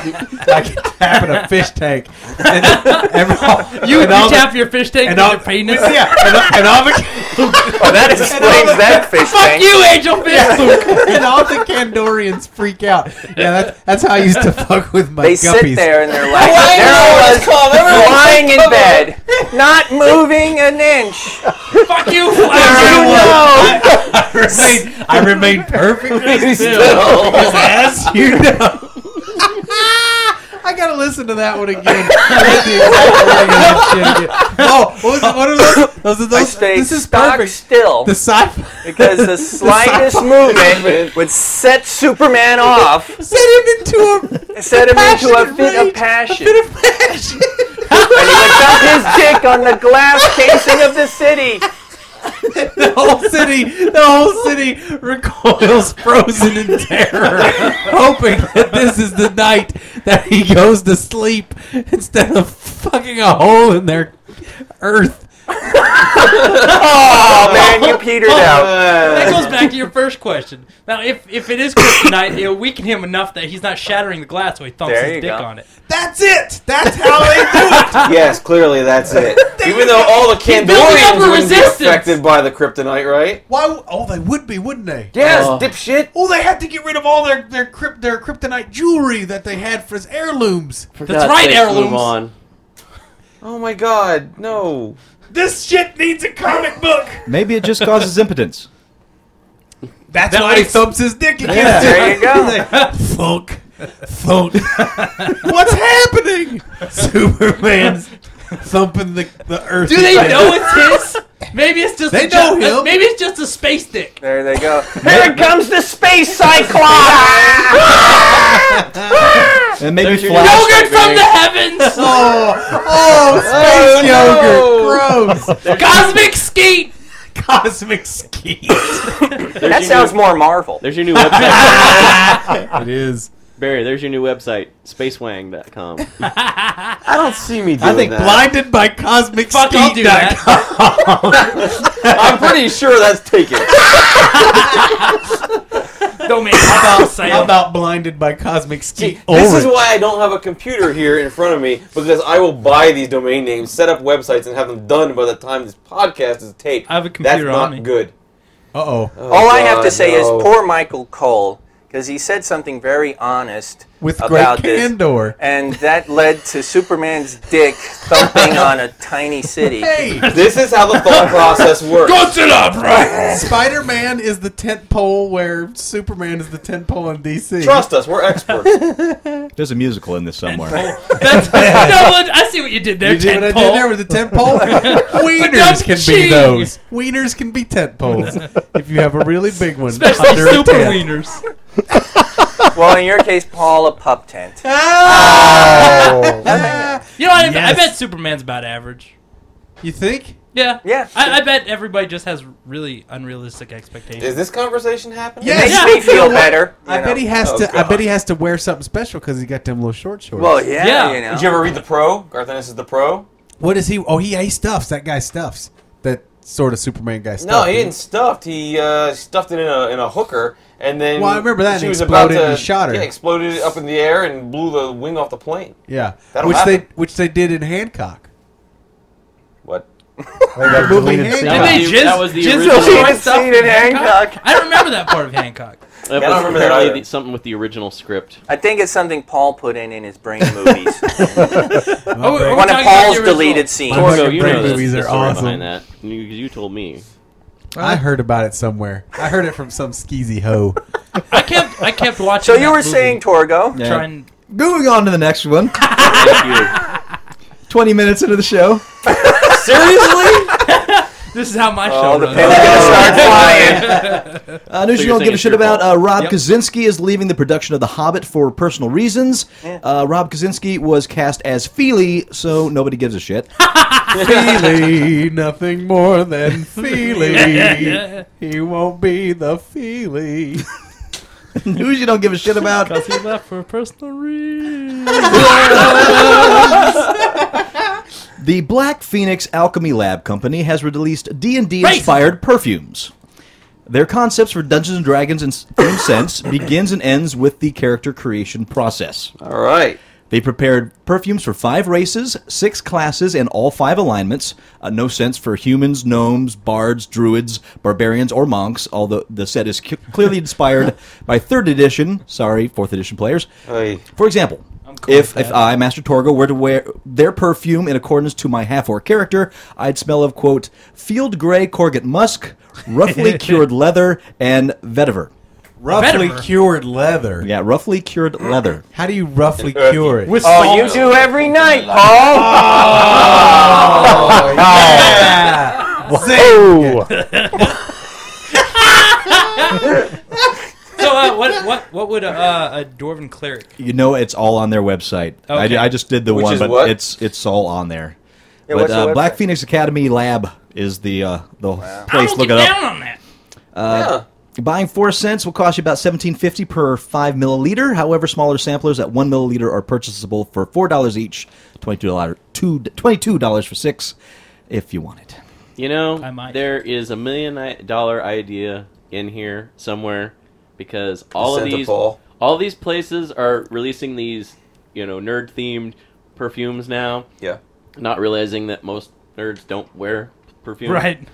Speaker 3: like it's tapping a fish tank. And, and all-
Speaker 2: You, you
Speaker 3: and all the-
Speaker 2: tap your fish tank
Speaker 3: and
Speaker 2: with
Speaker 3: all-
Speaker 2: your penis.
Speaker 3: <laughs> yeah, and, all- and all
Speaker 2: <laughs>
Speaker 3: the
Speaker 12: Oh, that explains that fish
Speaker 2: Fuck
Speaker 12: thing.
Speaker 2: you, Angel Fish.
Speaker 3: <laughs> and all the Candorians freak out. Yeah, that's, that's how I used to fuck with my
Speaker 12: They
Speaker 3: guppies. <laughs>
Speaker 12: sit there and they're like,
Speaker 5: Why
Speaker 12: there
Speaker 5: no
Speaker 12: I
Speaker 5: one's
Speaker 12: was
Speaker 5: come? Everyone's
Speaker 12: lying in
Speaker 5: come
Speaker 12: bed, not moving an inch.
Speaker 2: <laughs> Fuck you,
Speaker 12: You
Speaker 2: Flash.
Speaker 12: know.
Speaker 3: Remain- I <laughs> remain perfectly still,
Speaker 5: Still.
Speaker 3: <laughs> as you know. <laughs> I gotta listen to that one again. <laughs> That's the exact wording of that shit again. Oh, what, was, what are those? Those are
Speaker 12: I
Speaker 3: those.
Speaker 12: stayed
Speaker 3: This is
Speaker 12: stock
Speaker 3: perfect.
Speaker 12: still
Speaker 3: The sci-fi
Speaker 12: because the slightest movement would set Superman off,
Speaker 3: set him into a
Speaker 12: set him into a
Speaker 3: Passion,
Speaker 12: fit
Speaker 3: rage,
Speaker 12: of passion.
Speaker 3: bit of passion.
Speaker 12: and he would dump his dick on the glass casing of the city.
Speaker 3: the whole city, the whole city recoils frozen in terror, hoping that this is the night that he goes to sleep instead of fucking a hole in their earth.
Speaker 12: oh man, you petered
Speaker 2: That
Speaker 5: Uh, <laughs>
Speaker 12: out.
Speaker 2: goes back to your first question. Now, if if it is kryptonite, it'll weaken him enough that he's not shattering the glass when he thumps
Speaker 12: There
Speaker 2: his
Speaker 12: you
Speaker 2: dick
Speaker 12: go.
Speaker 2: on it.
Speaker 3: That's it. That's how they
Speaker 5: yes, clearly that's it. <laughs> Even though all the
Speaker 2: He built up a
Speaker 5: Candorians would be
Speaker 2: resistance.
Speaker 5: affected by the kryptonite, right?
Speaker 3: Why? w- Oh, they would be, wouldn't they?
Speaker 12: Yes, dipshit.
Speaker 3: Oh, they had to get rid of all their their crypt, their kryptonite jewelry that they had for his heirlooms.
Speaker 4: For
Speaker 2: That's
Speaker 4: God's
Speaker 2: right,
Speaker 4: sake,
Speaker 2: heirlooms.
Speaker 4: Move on.
Speaker 5: Oh my god, no.
Speaker 3: This shit needs a comic book.
Speaker 6: Maybe it just causes impotence.
Speaker 3: That's why he thumps his dick against
Speaker 12: Yeah, there you go.
Speaker 5: <laughs>
Speaker 3: it. Thunk, thunk. What's happening?
Speaker 2: <laughs>
Speaker 3: Superman's thumping the, the earth.
Speaker 2: Do
Speaker 3: <laughs>
Speaker 2: they know it's his? Maybe it's just
Speaker 3: They
Speaker 2: a
Speaker 3: know
Speaker 2: ju-
Speaker 3: him.
Speaker 2: Maybe it's just a space dick.
Speaker 12: There they
Speaker 5: <laughs>
Speaker 12: go. Here comes the space cyclops.
Speaker 6: And maybe
Speaker 4: your-
Speaker 2: Yogurt
Speaker 6: Flash.
Speaker 2: from the
Speaker 3: <laughs>
Speaker 2: heavens,
Speaker 3: Oh, oh, space
Speaker 6: Oh,
Speaker 3: yogurt. Gross.
Speaker 2: cosmic skeet.
Speaker 3: Cosmic ski.
Speaker 12: that sounds more Marvel.
Speaker 4: There's your
Speaker 3: <laughs>
Speaker 4: new website,
Speaker 3: it is.
Speaker 4: Barry. There's your new website, spacewang.com.
Speaker 5: I don't see me doing
Speaker 3: I think
Speaker 5: that.
Speaker 3: blinded by cosmic
Speaker 2: Fuck, I'll do that.
Speaker 3: ski.com.
Speaker 5: I'm pretty sure that's taken.
Speaker 2: <laughs> Don't make it
Speaker 3: How
Speaker 2: sale.
Speaker 3: about blinded by cosmic ski?
Speaker 5: This is why I don't have a computer here in front of me because I will buy these domain names, set up websites, and have them done by the time this podcast is taped.
Speaker 2: I have a
Speaker 5: That's
Speaker 2: computer on
Speaker 5: not
Speaker 2: me.
Speaker 5: good.
Speaker 3: Uh oh.
Speaker 5: Oh,
Speaker 12: All I have to
Speaker 5: God,
Speaker 12: say
Speaker 5: no.
Speaker 12: is poor Michael Cole, because he said something very honest
Speaker 3: With great
Speaker 12: about this,
Speaker 3: candor.
Speaker 12: and that led to Superman's dick thumping on a tiny
Speaker 5: <laughs>
Speaker 12: city.
Speaker 3: Hey,
Speaker 5: This is how the thought process works.
Speaker 13: <laughs>
Speaker 3: Spider Man is the tent pole where Superman is the tent pole in DC.
Speaker 5: Trust
Speaker 3: <laughs>
Speaker 5: us, we're experts.
Speaker 6: There's a musical in this somewhere.
Speaker 2: That's, no, but I see what you did there.
Speaker 3: You see what I
Speaker 2: tentpole.
Speaker 3: did there with the tent pole?
Speaker 2: <laughs>
Speaker 3: Wieners
Speaker 2: Dumb
Speaker 3: can be
Speaker 2: cheese.
Speaker 3: those. Wieners can be tent poles
Speaker 2: <laughs>
Speaker 3: if you have a really big one
Speaker 2: Especially
Speaker 3: under a
Speaker 2: super
Speaker 3: tent.
Speaker 2: wieners.
Speaker 12: well, in your case, Paul, a pup tent.
Speaker 3: Ah!
Speaker 2: You know, what I, I
Speaker 3: Yes.
Speaker 2: bet Superman's about average.
Speaker 3: You think?
Speaker 2: Yeah.
Speaker 12: Yeah,
Speaker 2: I, I bet everybody just has really unrealistic
Speaker 5: is
Speaker 2: expectations.
Speaker 5: this conversation happening?
Speaker 3: Yes.
Speaker 12: Makes
Speaker 2: Yeah.
Speaker 12: me
Speaker 3: <laughs>
Speaker 12: feel better.
Speaker 3: I
Speaker 12: you
Speaker 3: bet
Speaker 12: know.
Speaker 3: he has
Speaker 5: Oh,
Speaker 3: to. I
Speaker 5: God.
Speaker 3: bet he has to wear something special because he got them little short shorts.
Speaker 12: Well, yeah,
Speaker 2: Yeah.
Speaker 12: you know.
Speaker 5: Did you ever read The Pro? Garth Ennis is The Pro?
Speaker 3: what is he? Oh, he, he stuffs. That guy stuffs. That sort of Superman guy.
Speaker 5: No,
Speaker 3: stuffs.
Speaker 5: he didn't stuffed. He uh, stuffed it in a in a hooker, and then
Speaker 3: Well, I remember that, and
Speaker 5: she
Speaker 3: it
Speaker 5: was
Speaker 3: exploded
Speaker 5: about to
Speaker 3: and he shot her.
Speaker 5: Yeah, exploded up in the air and blew the wing off the plane.
Speaker 3: Yeah,
Speaker 5: That'll
Speaker 3: which
Speaker 5: happen.
Speaker 3: they which they did in Hancock.
Speaker 5: What?
Speaker 11: They got
Speaker 3: Moving
Speaker 11: deleted
Speaker 3: hand-
Speaker 11: scenes.
Speaker 2: Did they
Speaker 4: That
Speaker 2: jizz,
Speaker 4: was the
Speaker 2: jizz
Speaker 4: original
Speaker 2: the short
Speaker 12: Deleted
Speaker 2: stuff
Speaker 12: scene
Speaker 2: in
Speaker 12: in Hancock.
Speaker 2: I don't remember that part of Hancock.
Speaker 4: That
Speaker 5: don't
Speaker 4: was
Speaker 5: remember that
Speaker 4: apparently
Speaker 5: either.
Speaker 4: the, something with the original script.
Speaker 12: I think it's something Paul put in in his brain <laughs> movies.
Speaker 2: Oh, are we
Speaker 12: One of
Speaker 2: talking about the
Speaker 12: Paul's
Speaker 2: original?
Speaker 12: deleted scenes.
Speaker 3: Torgo,
Speaker 4: Torgo,
Speaker 3: fucking
Speaker 4: you
Speaker 3: brain
Speaker 4: know this,
Speaker 3: movies
Speaker 4: the
Speaker 3: are
Speaker 4: story
Speaker 3: awesome.
Speaker 4: behind that. You, you told me.
Speaker 3: I heard about it somewhere. I heard it from some skeezy hoe.
Speaker 2: I kept I kept watching.
Speaker 12: So
Speaker 2: that
Speaker 12: you were
Speaker 2: movie,
Speaker 12: saying Torgo?
Speaker 6: Yeah.
Speaker 2: trying.
Speaker 6: Moving on to the next one.
Speaker 4: <laughs> Thank you.
Speaker 6: 20 minutes into the show.
Speaker 12: Seriously?
Speaker 2: This is how my
Speaker 12: Oh,
Speaker 2: show
Speaker 12: the
Speaker 2: runs.
Speaker 12: pen's gonna start flying.
Speaker 6: Uh, news
Speaker 4: So
Speaker 6: you don't give
Speaker 4: you're saying
Speaker 6: a
Speaker 4: it's
Speaker 6: shit
Speaker 4: your
Speaker 6: about.
Speaker 4: fault.
Speaker 6: Uh, Rob Kaczynski is leaving the production of The Hobbit for personal reasons. Uh, Rob Kaczynski was cast as Feely, so nobody gives a shit.
Speaker 3: Feely, nothing more than Feely. He won't be the Feely.
Speaker 6: <laughs> news you don't give a shit about.
Speaker 2: Because he left for personal reasons.
Speaker 6: <laughs> The Black Phoenix Alchemy Lab Company has released D&D
Speaker 2: Racism.
Speaker 6: inspired perfumes. Their concepts for Dungeons and Dragons and
Speaker 2: <coughs>
Speaker 6: theme scents begins and ends with the character creation process.
Speaker 5: All right.
Speaker 6: They prepared perfumes for five races, six classes, and all five alignments. Uh, no sense for humans, gnomes, bards, druids, barbarians, or monks, although the set is c- clearly inspired by third edition, sorry, fourth edition players.
Speaker 5: Hey.
Speaker 6: For example, if, if I, Master Torgo, were to wear their perfume in accordance to my half orc character, I'd smell of, quote, field gray corget musk, roughly cured leather, and vetiver.
Speaker 3: Roughly
Speaker 2: Vetiver.
Speaker 3: cured leather.
Speaker 6: Yeah, roughly cured leather.
Speaker 3: How do you roughly cure it?
Speaker 2: With
Speaker 12: Oh,
Speaker 2: salt.
Speaker 12: you do <laughs> every night, Paul.
Speaker 5: Oh, <laughs>
Speaker 11: Whoa.
Speaker 2: So uh, what what what would a, uh, a dwarven cleric?
Speaker 6: You know, it's all on their website. I,
Speaker 2: Okay.
Speaker 6: I just did the
Speaker 5: Which
Speaker 6: one,
Speaker 5: is
Speaker 6: but
Speaker 5: what?
Speaker 6: it's it's all on there.
Speaker 12: Yeah,
Speaker 6: but
Speaker 12: what's the
Speaker 6: uh, Black
Speaker 12: website?
Speaker 6: Phoenix Academy Lab is the uh, the
Speaker 2: I
Speaker 6: place.
Speaker 2: don't
Speaker 6: Look
Speaker 2: get
Speaker 6: it up.
Speaker 2: down on that.
Speaker 6: Uh, Buying four cents will cost you about seventeen fifty per five milliliter. However, smaller samplers at one milliliter are purchasable for four dollars each, twenty two dollars two twenty two dollars for six, if you want it.
Speaker 4: You know, there is a million i- dollar idea in here somewhere because all of
Speaker 5: Santa
Speaker 4: these
Speaker 5: Paul.
Speaker 4: all these places are releasing these, you know, nerd themed perfumes now.
Speaker 5: Yeah.
Speaker 4: Not realizing that most nerds don't wear perfume.
Speaker 2: Right.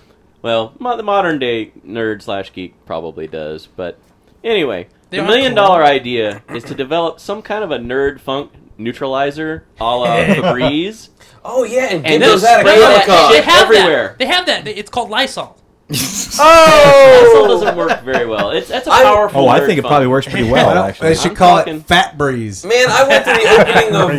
Speaker 4: Well, mo- the modern day nerd slash geek probably does, but anyway,
Speaker 2: They
Speaker 4: the
Speaker 2: are
Speaker 4: million
Speaker 2: cool.
Speaker 4: dollar idea is to develop some kind of a nerd funk neutralizer,
Speaker 6: <laughs>
Speaker 4: a la Febreze.
Speaker 5: Oh yeah, and,
Speaker 4: And
Speaker 5: get those
Speaker 4: they'll
Speaker 5: out of
Speaker 4: spray that
Speaker 5: Comic Con.
Speaker 4: shit
Speaker 2: everywhere.
Speaker 4: everywhere.
Speaker 2: They have that. It's called Lysol.
Speaker 5: Oh! <laughs>
Speaker 4: Lysol doesn't work very well. It's that's a
Speaker 5: I-
Speaker 4: powerful.
Speaker 6: Oh, I
Speaker 4: nerd
Speaker 6: think it
Speaker 4: funk.
Speaker 6: probably works pretty well. <laughs> actually.
Speaker 3: <laughs> They should call it Fat Breeze.
Speaker 5: Man, I went to the opening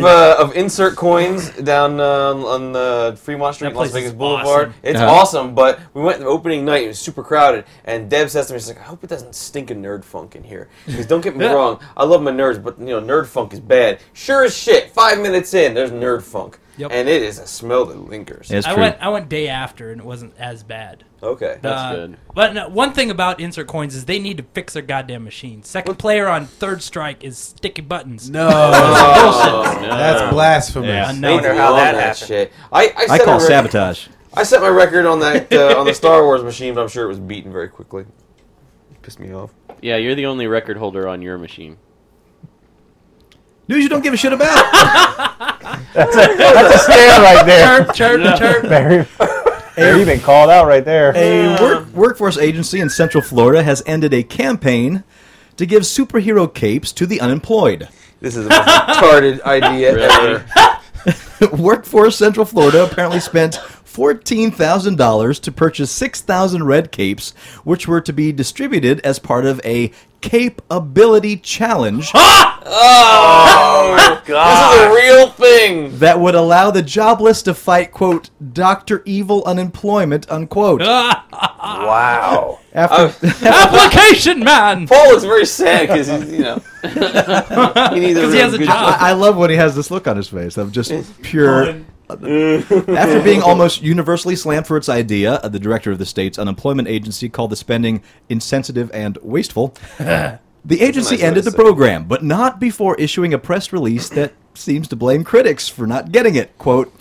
Speaker 6: <laughs>
Speaker 5: of, uh, of Insert Coins down uh, on the Fremont Street,
Speaker 2: That
Speaker 5: Las
Speaker 2: place
Speaker 5: Vegas
Speaker 2: is
Speaker 5: Boulevard.
Speaker 2: awesome.
Speaker 5: It's
Speaker 6: Uh-huh.
Speaker 5: awesome, but we went the opening night. It was super crowded, and Deb says to me, "She's like, I hope it doesn't stink of nerd funk in here." Because don't get me wrong, I love my nerds, but you know, nerd funk is bad. Sure as shit. Five minutes in, there's nerd funk,
Speaker 2: Yep.
Speaker 5: and it is a smell that lingers.
Speaker 6: It's
Speaker 2: I
Speaker 6: true.
Speaker 2: went. I went day after, and it wasn't as bad.
Speaker 5: Okay,
Speaker 4: That's
Speaker 2: Uh,
Speaker 4: good.
Speaker 2: But no, one thing about insert coins is they need to fix their goddamn machine. Second player on third strike is sticky buttons.
Speaker 5: <laughs>
Speaker 3: No,
Speaker 4: Oh, no.
Speaker 3: that's blasphemous.
Speaker 6: Yeah.
Speaker 5: I
Speaker 2: no,
Speaker 12: wonder how that happened.
Speaker 5: shit. I I,
Speaker 6: I
Speaker 5: set a
Speaker 6: call
Speaker 5: record-
Speaker 6: sabotage.
Speaker 5: I set my record on that uh, on the Star Wars machine, but I'm sure it was beaten very quickly. Pissed me off.
Speaker 4: Yeah, you're the only record holder on your machine.
Speaker 6: News you don't give a shit about.
Speaker 11: That's a stand right there.
Speaker 2: chirp, chirp, chirp.
Speaker 11: Barry, Barry, you've been called out right there.
Speaker 6: a work, workforce agency in Central Florida has ended a campaign to give superhero capes to the unemployed. <laughs>
Speaker 5: This is the most retarded idea
Speaker 4: Really?
Speaker 5: ever.
Speaker 6: Workforce Central Florida apparently spent $14,000 to purchase 6,000 red capes, which were to be distributed as part of a capability challenge
Speaker 5: Oh, This is a real thing.
Speaker 6: that would allow the jobless to fight, quote, Dr. Evil unemployment, unquote.
Speaker 5: Wow.
Speaker 6: After,
Speaker 2: Application man.
Speaker 5: Paul is very sad because he's, you know, he needs a,
Speaker 2: 'Cause he
Speaker 5: real
Speaker 2: has a
Speaker 5: good
Speaker 2: job.
Speaker 6: I, I love when he has this look on his face of just pure. After being almost universally slammed for its idea, uh, the director of the state's unemployment agency called the spending insensitive and wasteful. The agency
Speaker 5: nice way
Speaker 6: ended
Speaker 5: to
Speaker 6: the
Speaker 5: say it.
Speaker 6: program, but not before issuing a press release that seems to blame critics for not getting it. Quote,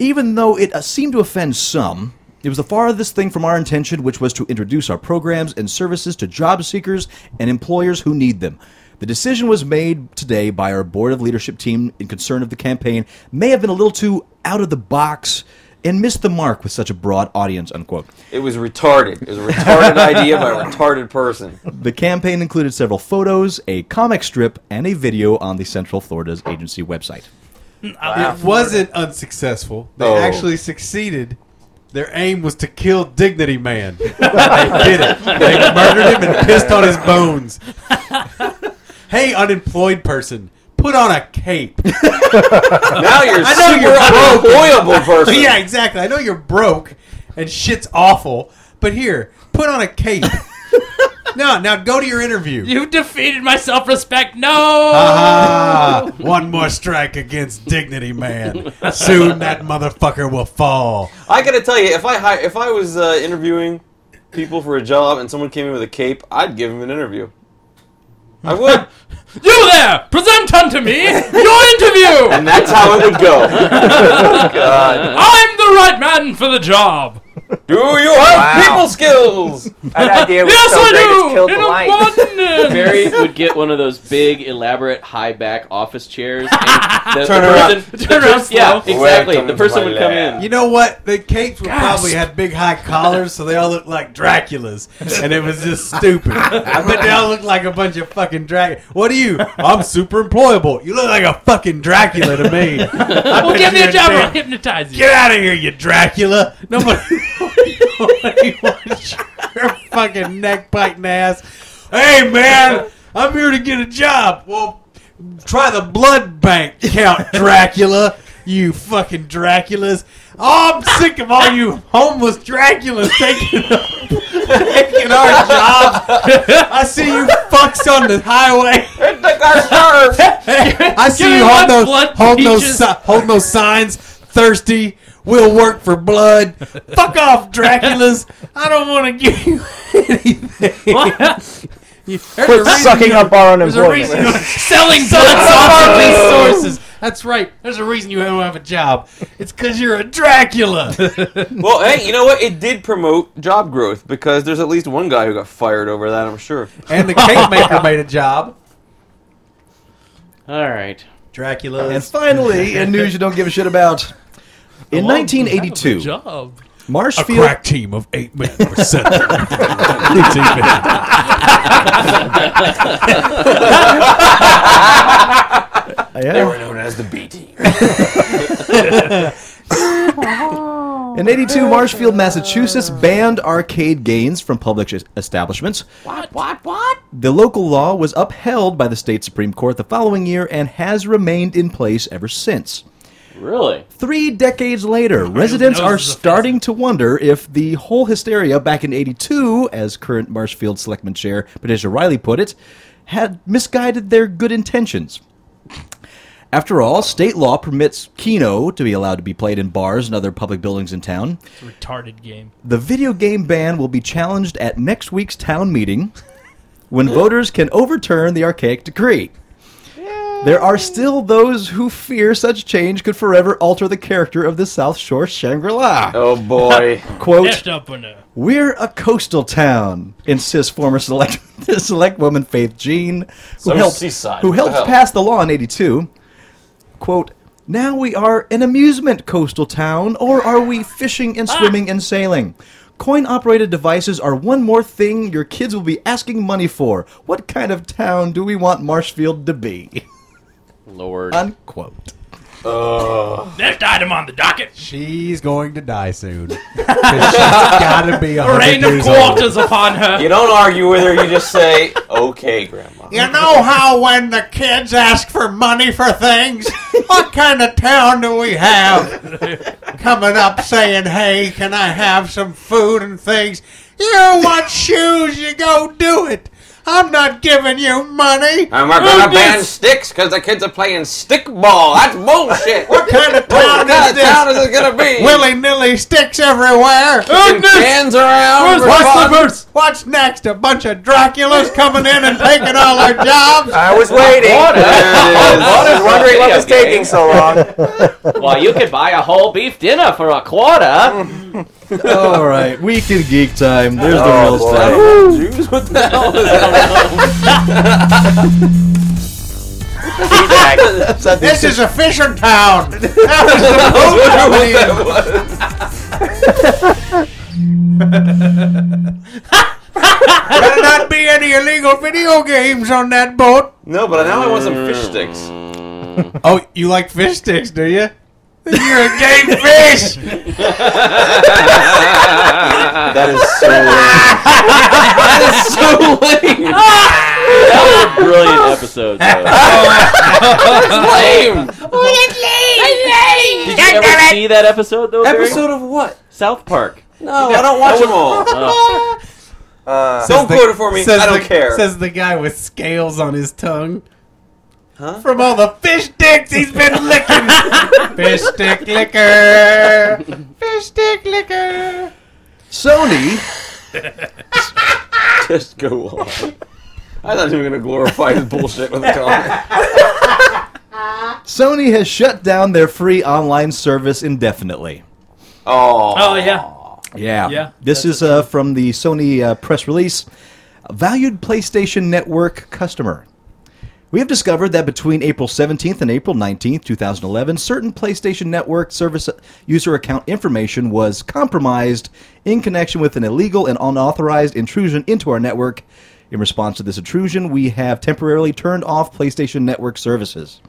Speaker 6: even though it uh, seemed to offend some, it was the farthest thing from our intention, which was to introduce our programs and services to job seekers and employers who need them. The decision was made today by our board of leadership team in concern of the campaign may have been a little too out of the box and missed the mark with such a broad audience, unquote.
Speaker 5: It was retarded. It was a retarded idea by a retarded person.
Speaker 6: The campaign included several photos, a comic strip, and a video on the Central Florida's agency website.
Speaker 3: It wasn't unsuccessful. They
Speaker 5: Oh.
Speaker 3: actually succeeded. Their aim was to kill Dignity Man. they did it. They murdered him and pissed on his bones. hey, unemployed person, put on a cape.
Speaker 5: Now you're
Speaker 3: I know
Speaker 5: super
Speaker 3: you're
Speaker 5: unemployable person.
Speaker 3: yeah, exactly. I know you're broke and shit's awful, but here, put on a cape. no, now go to your interview.
Speaker 2: You defeated my self-respect. No.
Speaker 3: Uh. Ah, one more strike against Dignity Man. Soon that motherfucker will fall.
Speaker 5: I gotta tell you, if I hi- if I was uh, interviewing people for a job and someone came in with a cape, I'd give him an interview. I would,
Speaker 2: You there! Present unto me your interview.
Speaker 5: and that's how it would go. God.
Speaker 2: I'm the right man for the job.
Speaker 5: Do you have
Speaker 12: Wow.
Speaker 5: people skills?
Speaker 12: That idea was
Speaker 2: Yes,
Speaker 12: so great, it's
Speaker 2: I do.
Speaker 12: killed
Speaker 2: In
Speaker 12: the light. <laughs>
Speaker 2: a one.
Speaker 4: Barry would get one of those big, elaborate, high back office
Speaker 2: <laughs>
Speaker 4: chairs. And the,
Speaker 5: Turn
Speaker 4: the
Speaker 5: around.
Speaker 4: person, the
Speaker 2: Turn around
Speaker 4: person- <laughs> yeah,
Speaker 2: slow.
Speaker 4: exactly.
Speaker 5: Welcome
Speaker 4: The
Speaker 5: to
Speaker 4: person
Speaker 5: my
Speaker 4: would come
Speaker 5: lab.
Speaker 4: in.
Speaker 3: You know what? The capes were probably
Speaker 2: Gasp.
Speaker 3: had big high collars, so they all looked like Draculas, and it was just
Speaker 2: <laughs>
Speaker 3: stupid. I bet they all looked like a bunch of fucking drag. What are you? I'm super employable. You look like a fucking Dracula to me.
Speaker 2: Well, give me a job or I'll
Speaker 3: Damn.
Speaker 2: hypnotize
Speaker 12: <laughs>
Speaker 2: you.
Speaker 3: Get out of here, you Dracula! Nobody, nobody wants your fucking neck biting ass. Hey, man, I'm here to get a job. Well, try the blood bank count, Dracula. You fucking Draculas. Oh, I'm sick of all you homeless Draculas taking, taking our <laughs> jobs. I see you fucks on the highway. I see
Speaker 2: Give me
Speaker 3: you
Speaker 2: one
Speaker 3: holding those,
Speaker 2: blood
Speaker 3: holding, those
Speaker 2: peaches.
Speaker 3: si- holding those signs, thirsty. We'll work for blood. Fuck off, Draculas. I don't want to give you anything. You- there's
Speaker 2: Quit
Speaker 3: a reason
Speaker 2: sucking
Speaker 3: you're-
Speaker 2: up our
Speaker 3: there's a
Speaker 2: unemployment.
Speaker 3: reason
Speaker 2: <laughs>
Speaker 3: you're
Speaker 2: Selling
Speaker 3: Suck
Speaker 2: blood
Speaker 12: <laughs>
Speaker 3: up our
Speaker 2: sausage.
Speaker 3: resources. That's right. There's a reason you don't have a job. It's because you're a
Speaker 12: <laughs>
Speaker 3: Dracula.
Speaker 5: well, hey, you know what? It did promote job growth because there's at least one guy who got fired over that. I'm sure.
Speaker 3: <laughs> And the cake maker made a job.
Speaker 4: All right.
Speaker 3: Dracula.
Speaker 6: And finally, in news you don't give a shit about, in 1982,
Speaker 7: A
Speaker 6: Marshfield
Speaker 7: crack team of eight men were sent to
Speaker 13: <laughs>
Speaker 6: They were
Speaker 5: known as the B team.
Speaker 6: <laughs> In 82, Marshfield, Massachusetts banned arcade games from public es- establishments.
Speaker 4: What? What? What?
Speaker 6: The local law was upheld by the state Supreme Court the following year and has remained in place ever since.
Speaker 4: Really?
Speaker 6: Three decades later, residents are starting to wonder if the whole hysteria back in 82, as current Marshfield Selectman Chair Patricia Riley put it, had misguided their good intentions. After all, state law permits Keno to be allowed to be played in bars and other public buildings in town.
Speaker 2: It's a retarded game.
Speaker 6: The video game ban will be challenged at next week's town meeting when voters can overturn the archaic decree. There are still those who fear such change could forever alter the character of the South Shore Shangri La.
Speaker 5: Oh boy.
Speaker 6: Quote,
Speaker 2: Dashed up on a
Speaker 6: We're a coastal town, insists former select, <laughs> select woman Faith Jean, who
Speaker 4: Some
Speaker 6: helped,
Speaker 4: seaside.
Speaker 6: who
Speaker 4: What the
Speaker 6: helped
Speaker 4: hell?
Speaker 6: pass the law in 82. Quote, Now we are an amusement coastal town, or are we fishing
Speaker 4: Ah!
Speaker 6: and swimming and sailing? Coin operated devices are one more thing your kids will be asking money for. What kind of town do we want Marshfield to be? <laughs>
Speaker 4: Lord.
Speaker 6: Unquote.
Speaker 2: Next item on the docket.
Speaker 3: She's going to die soon. 'Cause she's gotta be a
Speaker 2: A
Speaker 3: hundred
Speaker 2: rain of
Speaker 12: Oh.
Speaker 3: years old.
Speaker 2: quarters upon
Speaker 12: <laughs>
Speaker 2: her.
Speaker 5: <laughs> You don't argue with her. You just say, "Okay, Grandma."
Speaker 8: You know how when the kids ask for money for things, what kind of town do we have coming up saying, "Hey, can I have some food and things?" You want shoes? You go do it. I'm not giving you money.
Speaker 5: And we're gonna ban sticks because the kids are playing stickball. That's bullshit. what
Speaker 8: kind of town
Speaker 5: kind of
Speaker 8: is this?
Speaker 5: town is it gonna be?
Speaker 8: Willy nilly sticks
Speaker 6: <laughs>
Speaker 8: everywhere.
Speaker 5: Kicking cans around. we're <laughs> fun.
Speaker 8: What's next? A bunch of Draculas coming in and taking all our jobs?
Speaker 12: I was waiting. <laughs>
Speaker 5: There it is.
Speaker 12: I was wondering what was
Speaker 4: Video
Speaker 12: taking so <laughs> long.
Speaker 4: well, you could buy a whole beef dinner for a <laughs> quarter.
Speaker 6: All right, weekend geek time. There's the
Speaker 12: Oh,
Speaker 6: real
Speaker 5: boy.
Speaker 6: stuff.
Speaker 5: Jews? What the hell is
Speaker 8: This is a fishing town.
Speaker 6: <laughs>
Speaker 5: that?
Speaker 8: Better not be any illegal video games on that boat.
Speaker 5: No, but now I want some fish sticks.
Speaker 8: Oh, you like fish sticks, do you? You're a gay fish.
Speaker 5: That is so lame. that is so lame.
Speaker 4: That was a brilliant episode. <laughs> Though.
Speaker 5: Lame.
Speaker 3: Oh,
Speaker 4: Did you ever see that episode though? Barry?
Speaker 5: Episode of what?
Speaker 4: South
Speaker 3: <laughs>
Speaker 4: Park.
Speaker 5: No, <laughs> I don't <laughs> watch them all.
Speaker 4: Oh,
Speaker 5: Uh, don't quote it for me. <laughs> I don't
Speaker 3: the,
Speaker 5: care. <laughs>
Speaker 3: Says the guy with scales on his tongue.
Speaker 8: From all the fish sticks he's been <laughs> licking. fish stick liquor. Fish stick liquor.
Speaker 6: Sony
Speaker 5: Just go on. I thought you were gonna glorify his bullshit <laughs> with a comment.
Speaker 6: Sony has shut down their free online service indefinitely.
Speaker 5: Oh,
Speaker 2: Oh yeah.
Speaker 6: Yeah.
Speaker 2: Yeah,
Speaker 6: This is uh, from the Sony uh, press release. Valued PlayStation Network customer. We have discovered that between April 17th and April 19th, 2011, certain PlayStation Network service user account information was compromised in connection with an illegal and unauthorized intrusion into our network. In response to this intrusion, we have temporarily turned off PlayStation Network services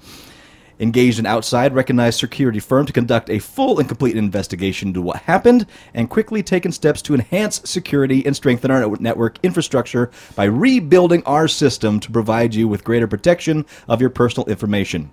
Speaker 6: engaged an outside recognized security firm to conduct a full and complete investigation into what happened and quickly taken steps to enhance security and strengthen our network infrastructure by rebuilding our system to provide you with greater protection of your personal information.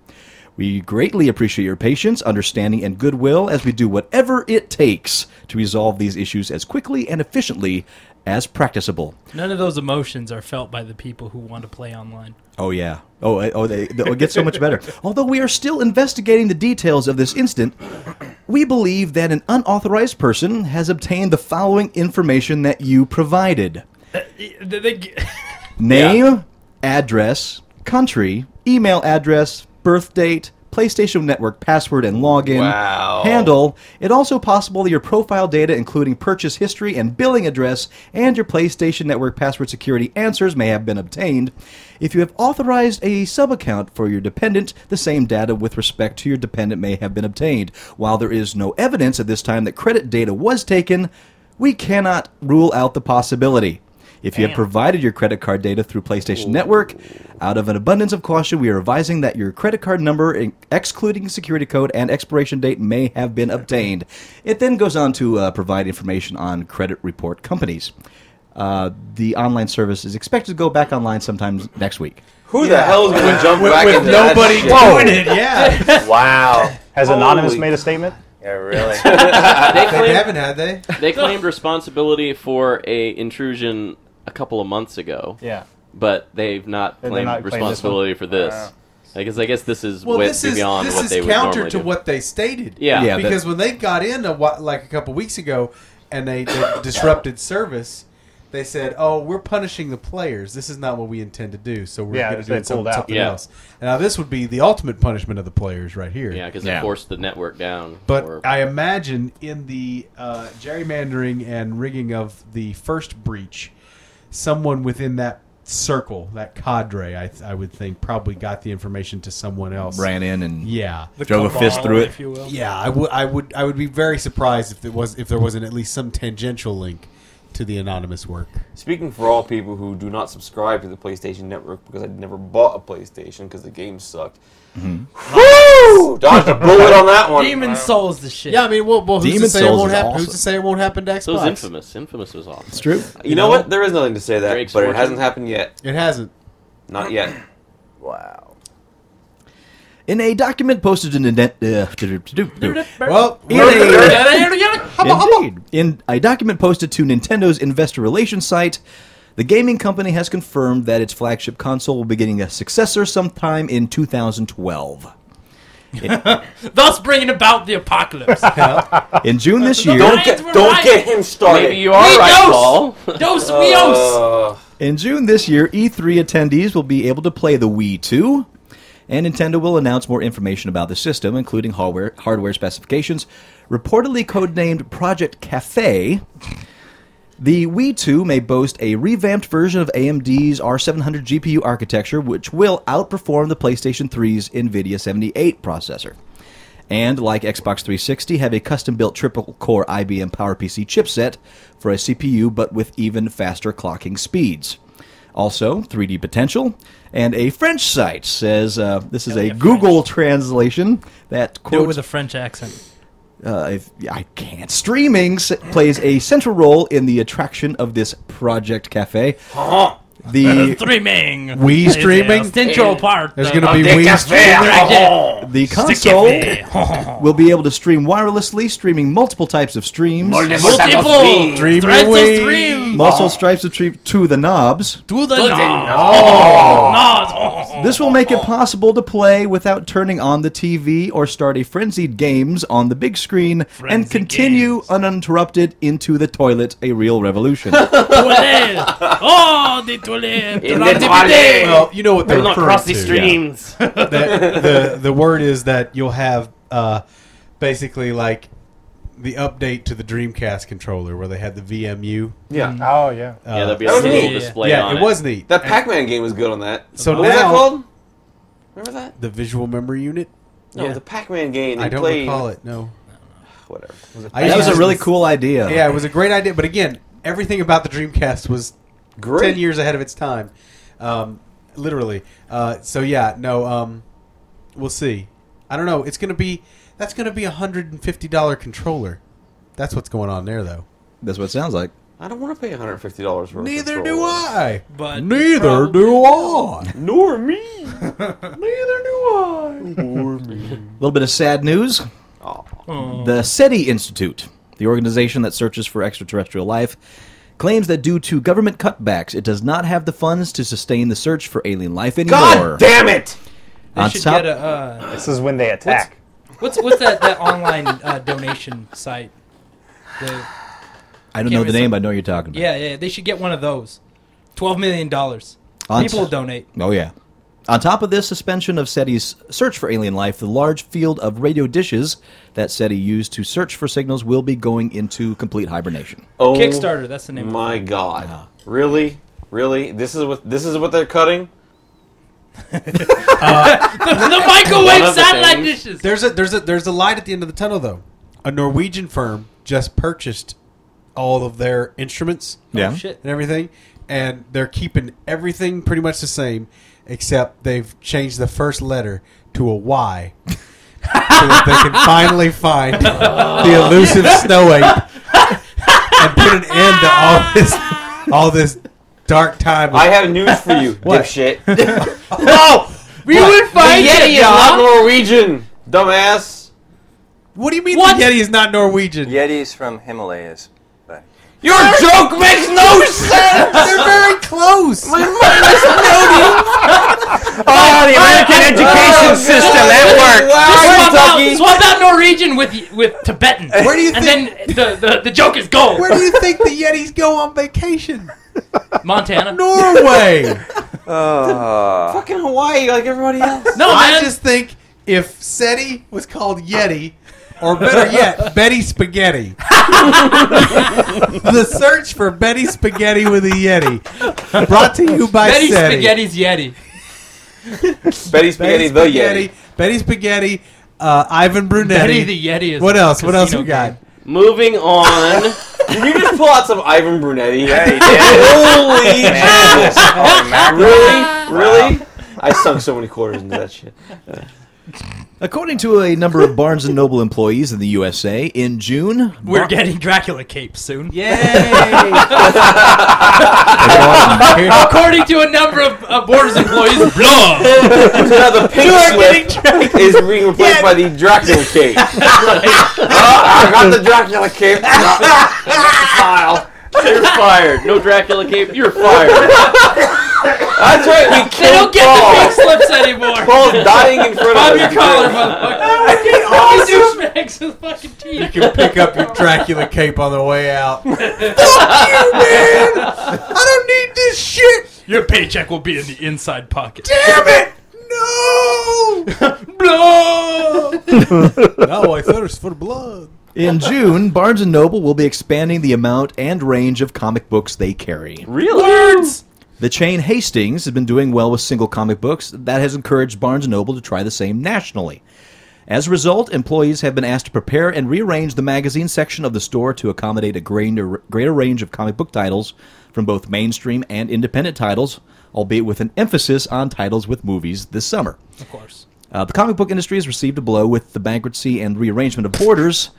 Speaker 6: We greatly appreciate your patience, understanding, and goodwill as we do whatever it takes to resolve these issues as quickly and efficiently as practicable.
Speaker 2: None of those emotions are felt by the people who want to play online.
Speaker 6: Oh yeah. Oh, I- oh, they, they- it gets so much better. Although we are still investigating the details of this incident, we believe that an unauthorized person has obtained the following information that you provided: name, address, country, email address, birth date, PlayStation Network password and login,
Speaker 5: Wow.
Speaker 6: handle. It also possible that your profile data, including purchase history and billing address, and your PlayStation Network password security answers, may have been obtained. If you have authorized a sub account for your dependent, the same data with respect to your dependent may have been obtained. While there is no evidence at this time that credit data was taken, we cannot rule out the possibility. If you have provided your credit card data through PlayStation Network, out of an abundance of caution, we are advising that your credit card number, in- excluding security code and expiration date, may have been obtained. It then goes on to uh, provide information on credit report companies. Uh, the online service is expected to go back online sometime next week.
Speaker 5: Who the hell is going to jump back into that shit? <laughs>
Speaker 11: Yeah. wow. Has Anonymous
Speaker 5: Holy-
Speaker 11: made a statement?
Speaker 12: Yeah, really. <laughs>
Speaker 4: they, claimed,
Speaker 8: haven't, have they?
Speaker 4: they claimed responsibility for a intrusion a couple of months ago.
Speaker 11: Yeah.
Speaker 4: But they've not
Speaker 11: They're
Speaker 4: claimed
Speaker 11: not claiming this
Speaker 4: responsibility
Speaker 11: one?
Speaker 4: for this.
Speaker 11: Wow.
Speaker 4: Because I guess this is
Speaker 3: Well,
Speaker 4: way
Speaker 3: this is
Speaker 4: beyond
Speaker 3: this
Speaker 4: what
Speaker 3: is
Speaker 4: they would
Speaker 3: counter
Speaker 4: normally
Speaker 3: to
Speaker 4: do.
Speaker 3: what they stated.
Speaker 4: Yeah. Yeah,
Speaker 3: because when they got in a, whi- like a couple weeks ago and
Speaker 4: <coughs>
Speaker 3: they, they disrupted service, they said, "Oh, we're punishing the players. This is not what we intend to do. So we're
Speaker 11: Yeah,
Speaker 3: going to
Speaker 11: so
Speaker 3: do
Speaker 11: they
Speaker 3: it some-
Speaker 11: pulled out.
Speaker 3: something
Speaker 4: Yeah.
Speaker 3: else." Now this would be the ultimate punishment of the players right here.
Speaker 4: Yeah, because
Speaker 6: Yeah.
Speaker 4: they forced the network down.
Speaker 3: But
Speaker 4: or-
Speaker 3: I imagine in the uh, gerrymandering and rigging of the first breach, someone within that circle, that cadre, I, I would think, probably got the information to someone else.
Speaker 6: Ran in and
Speaker 3: Yeah.
Speaker 6: drove a fist through it.
Speaker 2: if you will.
Speaker 3: Yeah, I would, I would, I would be very surprised if there was, if there wasn't at least some tangential link to the anonymous work.
Speaker 5: Speaking for all people who do not subscribe to the PlayStation Network because I'd never bought a PlayStation because the game sucked. Mm-hmm. Woo! Dodged a <laughs> bullet on that one.
Speaker 2: Demon Souls, the shit.
Speaker 3: Yeah,
Speaker 2: <laughs>
Speaker 3: I mean, well, well who's
Speaker 6: Demon
Speaker 3: to say it
Speaker 6: Souls
Speaker 3: won't
Speaker 6: is
Speaker 3: happen?
Speaker 6: awesome.
Speaker 3: Who's to say it won't happen to Xbox?
Speaker 4: so it was infamous. Infamous was awesome. It's
Speaker 6: True.
Speaker 5: You, know, what? There is nothing to say that,
Speaker 4: Drake's
Speaker 5: but it
Speaker 4: fortune.
Speaker 5: hasn't happened yet.
Speaker 3: It hasn't.
Speaker 5: Not yet. <clears throat>
Speaker 12: wow.
Speaker 6: In a document posted in the net, uh,
Speaker 3: Well,
Speaker 6: Indeed. In a document posted to Nintendo's investor relations site, the gaming company has confirmed that its flagship console will be getting a successor sometime in
Speaker 5: <laughs>
Speaker 6: 2012.
Speaker 2: Thus bringing about the apocalypse.
Speaker 6: In June this year,
Speaker 5: Don't
Speaker 2: Lions
Speaker 5: get,
Speaker 2: were
Speaker 5: don't
Speaker 2: right.
Speaker 5: get him started.
Speaker 4: Maybe you are
Speaker 2: Migos!
Speaker 4: right, Paul.
Speaker 2: Dos Mios.
Speaker 5: Uh,
Speaker 6: in June this year, E3 attendees will be able to play the Wii 2, and Nintendo will announce more information about the system, including hardware, hardware specifications. Reportedly codenamed Project Cafe, The Wii 2 may boast a revamped version of AMD's R700 GPU architecture, which will outperform the PlayStation 3's NVIDIA 78 processor. And, like Xbox 360, have a custom built triple core IBM PowerPC chipset for a CPU but with even faster clocking speeds. Also, 3D potential. And a French site says uh, this is a Google translation that
Speaker 2: Do it
Speaker 6: quotes
Speaker 2: with a French accent.
Speaker 6: uh, if, I can't. Streaming s- plays a central role in the attraction of this
Speaker 2: <laughs>
Speaker 6: Project Cafe. The
Speaker 2: Streaming.
Speaker 3: We
Speaker 2: Is a
Speaker 3: streaming?
Speaker 2: Central part. uh,
Speaker 3: there's
Speaker 2: of-
Speaker 3: going to be
Speaker 2: of
Speaker 3: Wii
Speaker 2: the-
Speaker 6: the
Speaker 2: Stick
Speaker 6: console
Speaker 2: it <laughs> there.
Speaker 6: will be able to stream wirelessly, streaming multiple types of streams,
Speaker 2: Multiple
Speaker 3: Streaming
Speaker 2: threads
Speaker 3: Wii.
Speaker 2: of stream.
Speaker 6: multiple stripes of stream to the knobs.
Speaker 2: Do the
Speaker 6: This will make it possible to play without turning on the TV or start a frenzied games on the big screen and
Speaker 2: Frenzied
Speaker 6: continue
Speaker 2: games.
Speaker 6: uninterrupted into the toilet. A real revolution.
Speaker 2: <laughs> Oh, the toilet.
Speaker 4: In
Speaker 2: Around
Speaker 4: the
Speaker 2: the
Speaker 4: toilet.
Speaker 2: bidet.
Speaker 3: Well, you know what they're referring
Speaker 4: <laughs>
Speaker 3: to.
Speaker 4: streams.
Speaker 3: that the the word is that you'll have uh, basically like the update to the Dreamcast controller where they had the VMU.
Speaker 5: yeah.
Speaker 11: Oh, yeah.
Speaker 3: Uh,
Speaker 4: Yeah, there'll be
Speaker 5: That
Speaker 4: a
Speaker 5: was
Speaker 4: little
Speaker 5: neat.
Speaker 4: display
Speaker 3: yeah,
Speaker 4: on
Speaker 3: it was neat.
Speaker 5: That Pac-Man game was good on that.
Speaker 3: So
Speaker 5: what was that
Speaker 3: now-
Speaker 5: called? Remember that?
Speaker 3: the visual memory unit.
Speaker 5: No,
Speaker 2: Yeah.
Speaker 5: the Pac-Man game.
Speaker 3: I
Speaker 5: they
Speaker 3: don't
Speaker 5: played,
Speaker 3: recall it. No,
Speaker 5: Whatever. Was it
Speaker 3: I
Speaker 6: that was a
Speaker 3: used-
Speaker 6: really cool idea.
Speaker 3: Yeah, it was a great idea, but again, everything about the Dreamcast was
Speaker 5: Great.
Speaker 3: ten years ahead of its time, um, literally. Uh, so yeah, no, um, we'll see. I don't know. It's gonna be that's gonna be a hundred and fifty dollar controller. That's what's going on there, though.
Speaker 6: That's what it sounds like.
Speaker 5: I don't want to pay $150 for a
Speaker 3: Neither do
Speaker 5: controller.
Speaker 3: I.
Speaker 2: But
Speaker 3: neither
Speaker 2: probably-
Speaker 3: do I.
Speaker 5: Nor me. Neither do I. Nor me.
Speaker 6: A little bit of sad news. The SETI Institute, the organization that searches for extraterrestrial life, claims that due to government cutbacks, it does not have the funds to sustain the search for alien life anymore.
Speaker 12: God damn it!
Speaker 2: They
Speaker 6: On
Speaker 2: should
Speaker 6: top-
Speaker 2: get a. Uh,
Speaker 11: This is when they attack.
Speaker 2: what's what's that that online uh, donation site? The-
Speaker 6: I don't
Speaker 2: Can't
Speaker 6: know the
Speaker 2: be
Speaker 6: name,
Speaker 2: some-
Speaker 6: but I know what you're talking about.
Speaker 2: yeah, yeah. They should get one of those. Twelve million dollars.
Speaker 6: On
Speaker 2: People
Speaker 6: t-
Speaker 2: donate.
Speaker 6: Oh, yeah. On top of this suspension of SETI's search for alien life, the large field of radio dishes that SETI used to search for signals will be going into complete hibernation.
Speaker 5: Oh,
Speaker 2: Kickstarter, that's the name of it.
Speaker 5: My God, really, really? This is what this is what they're cutting.
Speaker 2: <laughs> the
Speaker 5: One
Speaker 2: microwave
Speaker 5: of the
Speaker 2: satellite
Speaker 5: things-
Speaker 2: dishes.
Speaker 3: <laughs> There's a there's a there's a light at the end of the tunnel though. A Norwegian firm just purchased all of their instruments
Speaker 6: Yeah.
Speaker 2: Oh, Shit.
Speaker 3: and everything, and they're keeping everything pretty much the same, except they've changed the first letter to a Y, so that they can finally find the elusive snow ape and put an end to all this all this dark time. of-
Speaker 5: I have news for you,
Speaker 3: <laughs> What?
Speaker 5: dipshit.
Speaker 12: No! We would
Speaker 5: the <laughs> Yeti is not Norwegian, dumbass.
Speaker 3: what do you mean
Speaker 2: What?
Speaker 3: the Yeti is not Norwegian?
Speaker 12: Yeti's from Himalayas. <laughs> But
Speaker 5: Your joke makes no sense.
Speaker 3: They're very close.
Speaker 12: oh, the American education system that
Speaker 5: Wow,
Speaker 2: Swap out,
Speaker 5: Kentucky.
Speaker 2: swap out Norwegian with with Tibetan.
Speaker 3: Where do you
Speaker 2: and
Speaker 3: think-
Speaker 2: then the, the, the joke is gold.
Speaker 3: Where do you think the Yetis go on vacation?
Speaker 2: Montana. No,
Speaker 3: Norway.
Speaker 12: worked. Uh,
Speaker 5: Fucking Hawaii, like everybody else.
Speaker 3: I
Speaker 2: man.
Speaker 3: just think if SETI was called Yeti, or better
Speaker 2: <laughs>
Speaker 3: yet, Betty Spaghetti, the search for Betty Spaghetti with a Yeti, brought to you by
Speaker 2: Betty
Speaker 3: SETI.
Speaker 2: Spaghetti's Yeti.
Speaker 5: Betty Spaghetti, the Yeti.
Speaker 3: Betty Spaghetti, uh, Ivan Brunetti.
Speaker 2: Betty the Yeti is.
Speaker 3: what
Speaker 2: a
Speaker 3: else? What else we
Speaker 2: casino
Speaker 3: got?
Speaker 2: game.
Speaker 4: Moving
Speaker 3: <laughs>
Speaker 4: on.
Speaker 5: <laughs> Did you just pull out some Ivan Brunetti? <laughs>
Speaker 12: yeah, he did.
Speaker 5: Holy
Speaker 12: Man,
Speaker 5: Jesus.
Speaker 12: holy mackerel.
Speaker 3: <laughs>
Speaker 5: Really? Really? I sunk so many quarters into that shit.
Speaker 6: According to a number of Barnes and Noble employees in the USA, in June,
Speaker 12: <laughs>
Speaker 2: We're getting Dracula capes soon.
Speaker 3: Yay!
Speaker 2: According to a number of uh, Borders
Speaker 3: <laughs>
Speaker 2: employees, blah.
Speaker 5: Now the pink slip is being replaced by the Dracula
Speaker 2: <laughs>
Speaker 5: cape. Ah, I got the Dracula cape. Smile.
Speaker 4: You're fired. No Dracula cape. You're fired.
Speaker 5: That's right. We
Speaker 2: They don't
Speaker 5: killed
Speaker 2: get the
Speaker 5: Paul.
Speaker 2: pink slips anymore.
Speaker 5: Paul's dying in front
Speaker 2: Bob
Speaker 5: of
Speaker 2: your
Speaker 5: us.
Speaker 2: collar,
Speaker 3: <laughs>
Speaker 2: motherfucker. Fucking douchebags with fucking
Speaker 3: you
Speaker 2: teeth.
Speaker 3: can pick up your Dracula cape on the way
Speaker 2: <laughs>
Speaker 3: out. Fuck you, man! I don't need this shit.
Speaker 2: Your paycheck will be in the inside pocket.
Speaker 3: Damn it! No! <laughs> no, I thirst for blood.
Speaker 6: in June, Barnes and Noble will be expanding the amount and range of comic books they carry.
Speaker 5: Really?
Speaker 6: The chain Hastings has been doing well with single comic books. That has encouraged Barnes & Noble to try the same nationally. As a result, employees have been asked to prepare and rearrange the magazine section of the store to accommodate a greater, greater range of comic book titles from both mainstream and independent titles, albeit with an emphasis on titles with movies this summer.
Speaker 2: Of course.
Speaker 6: Uh, the comic book industry has received a blow with the bankruptcy and rearrangement of borders.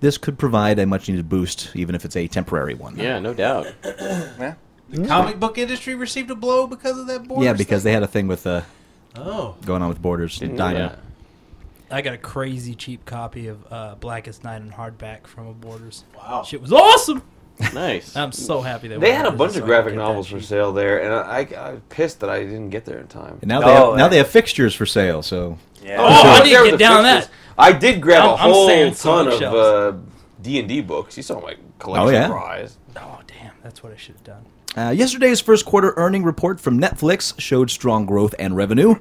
Speaker 6: This could provide a much needed boost, even if it's a temporary one.
Speaker 4: Yeah, no doubt.
Speaker 3: The comic book industry received a blow because of that board.
Speaker 6: Yeah, because they had a thing with uh,
Speaker 3: oh,
Speaker 6: going on with borders. Dino.
Speaker 4: Yeah.
Speaker 2: I got a crazy cheap copy of uh, Blackest Night in hardback from a Borders.
Speaker 3: Wow.
Speaker 2: Shit was awesome.
Speaker 4: Nice.
Speaker 3: Um,
Speaker 2: I'm so happy that
Speaker 5: They
Speaker 2: went
Speaker 5: had
Speaker 2: out
Speaker 5: a
Speaker 2: of
Speaker 5: bunch
Speaker 2: business so I
Speaker 5: of
Speaker 2: could
Speaker 5: graphic
Speaker 2: get that
Speaker 5: novels for
Speaker 2: cheap.
Speaker 5: sale there, and I, I, I'm pissed that I didn't get there in time.
Speaker 6: And now
Speaker 12: Oh,
Speaker 6: they have, now
Speaker 12: yeah.
Speaker 6: they have fixtures for sale. So
Speaker 12: Yeah.
Speaker 2: Oh,
Speaker 5: I
Speaker 2: I
Speaker 5: was
Speaker 2: need
Speaker 5: there
Speaker 2: to get
Speaker 5: with the
Speaker 2: down on
Speaker 5: pictures.
Speaker 2: that.
Speaker 5: I did grab a
Speaker 2: I'm- I'm
Speaker 5: whole
Speaker 2: saying some
Speaker 5: ton of
Speaker 2: bookshelves.
Speaker 5: uh, D&D books. You saw my
Speaker 6: Oh,
Speaker 5: collection
Speaker 6: yeah.
Speaker 5: prize.
Speaker 2: Oh damn, that's what I should have done.
Speaker 6: uh, yesterday's first quarter earning report from Netflix showed strong growth and revenue.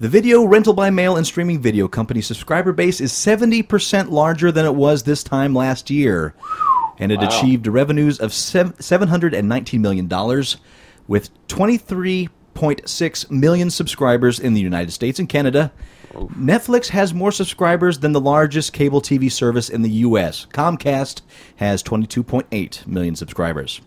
Speaker 6: The video rental by mail and streaming video company subscriber base is 70% larger than it was this time last year, and it achieved revenues of sev- 719 million dollars, with 23.6 million subscribers in the United States and Canada. Netflix has more subscribers than the largest cable TV service in the U.S. Comcast has 22.8 million subscribers.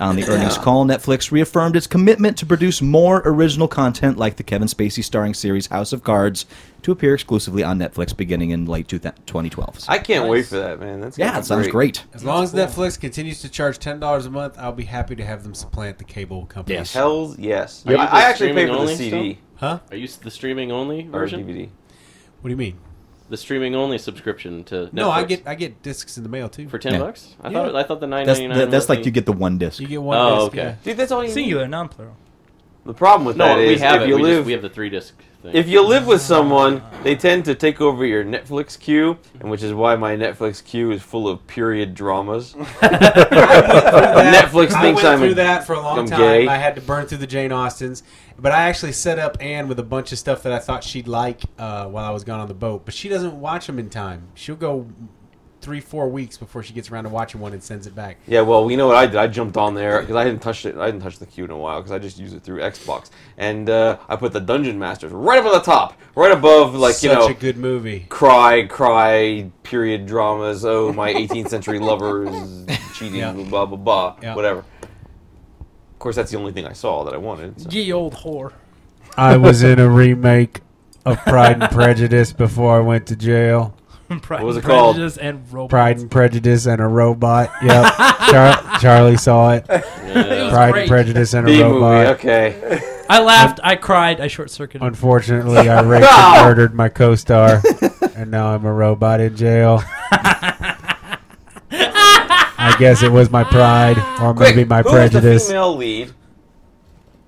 Speaker 6: On the earnings call, Netflix reaffirmed its commitment to produce more original content like the Kevin Spacey starring series House of Cards to appear exclusively on Netflix beginning in late 2012.
Speaker 5: I can't wait for that, man. That's
Speaker 6: yeah,
Speaker 5: gonna be
Speaker 6: it sounds great.
Speaker 3: as long as Netflix continues to charge ten dollars a month, I'll be happy to have them supplant the cable companies.
Speaker 4: Yes.
Speaker 5: Hells yes.
Speaker 4: Are you
Speaker 5: I,
Speaker 4: just
Speaker 5: I actually paid
Speaker 4: streaming
Speaker 5: for the
Speaker 4: only
Speaker 5: CD
Speaker 3: Huh?
Speaker 4: Are you s- the streaming only
Speaker 5: or
Speaker 4: version?
Speaker 5: DVD.
Speaker 3: What do you mean?
Speaker 4: The streaming only subscription to Netflix.
Speaker 3: No, I get I get discs in the mail too
Speaker 4: for ten
Speaker 6: Yeah.
Speaker 4: bucks. I
Speaker 3: Yeah.
Speaker 4: thought I thought the nine
Speaker 6: That's,
Speaker 4: ninety nine.
Speaker 6: that, that's like you get the one disc.
Speaker 3: You get one.
Speaker 4: Oh,
Speaker 3: disc,
Speaker 4: okay.
Speaker 5: Dude, that's all you
Speaker 2: Singular, non-plural.
Speaker 5: The problem with
Speaker 4: No,
Speaker 5: that
Speaker 4: we
Speaker 5: is
Speaker 4: have it.
Speaker 5: if you
Speaker 4: we,
Speaker 5: live
Speaker 4: just, we have Ah. the three disc thing.
Speaker 5: if you live with someone, they tend to take over your Netflix queue, and which is why my Netflix queue is full of
Speaker 3: <laughs>
Speaker 5: period dramas. <laughs> Netflix
Speaker 3: I
Speaker 5: thinks
Speaker 3: went
Speaker 5: I'm
Speaker 3: through
Speaker 5: a-
Speaker 3: that for a long
Speaker 5: I'm
Speaker 3: time.
Speaker 5: gay.
Speaker 3: I had to burn through the Jane Austens, but I actually set up Anne with a bunch of stuff that I thought she'd like uh, while I was gone on the boat. But she doesn't watch them in time. She'll go three, four weeks before she gets around to watching one and sends it back.
Speaker 5: Yeah, well, you know what I did? I jumped on there because I hadn't touched it. I hadn't touched the queue in a while because I just use it through Xbox, and uh, I put the Dungeon Masters right up on the top, right above like
Speaker 3: Such
Speaker 5: you know,
Speaker 3: a good movie.
Speaker 5: cry, cry, period dramas. Oh, my 18th
Speaker 3: <laughs>
Speaker 5: century lovers cheating,
Speaker 3: Yeah.
Speaker 5: blah blah blah,
Speaker 3: Yeah.
Speaker 5: whatever. Of course, that's the only thing I saw that I wanted. so.
Speaker 2: Ye old whore. <laughs>
Speaker 8: I was in a remake of Pride and Prejudice before I went to jail.
Speaker 2: Pride
Speaker 5: was
Speaker 2: and
Speaker 5: it called?
Speaker 2: Prejudice And robots.
Speaker 8: Pride and Prejudice and a robot. Yep, Char- Charlie saw it.
Speaker 2: It was
Speaker 8: Pride
Speaker 2: great.
Speaker 8: and Prejudice and a
Speaker 5: B movie,
Speaker 8: robot.
Speaker 5: okay.
Speaker 2: I laughed. I cried. I short-circuited.
Speaker 8: Unfortunately, I raped and murdered my co-star, and now I'm a robot in jail. I guess it was my pride, or
Speaker 5: Quick,
Speaker 8: maybe my
Speaker 5: who was
Speaker 8: prejudice.
Speaker 5: the female lead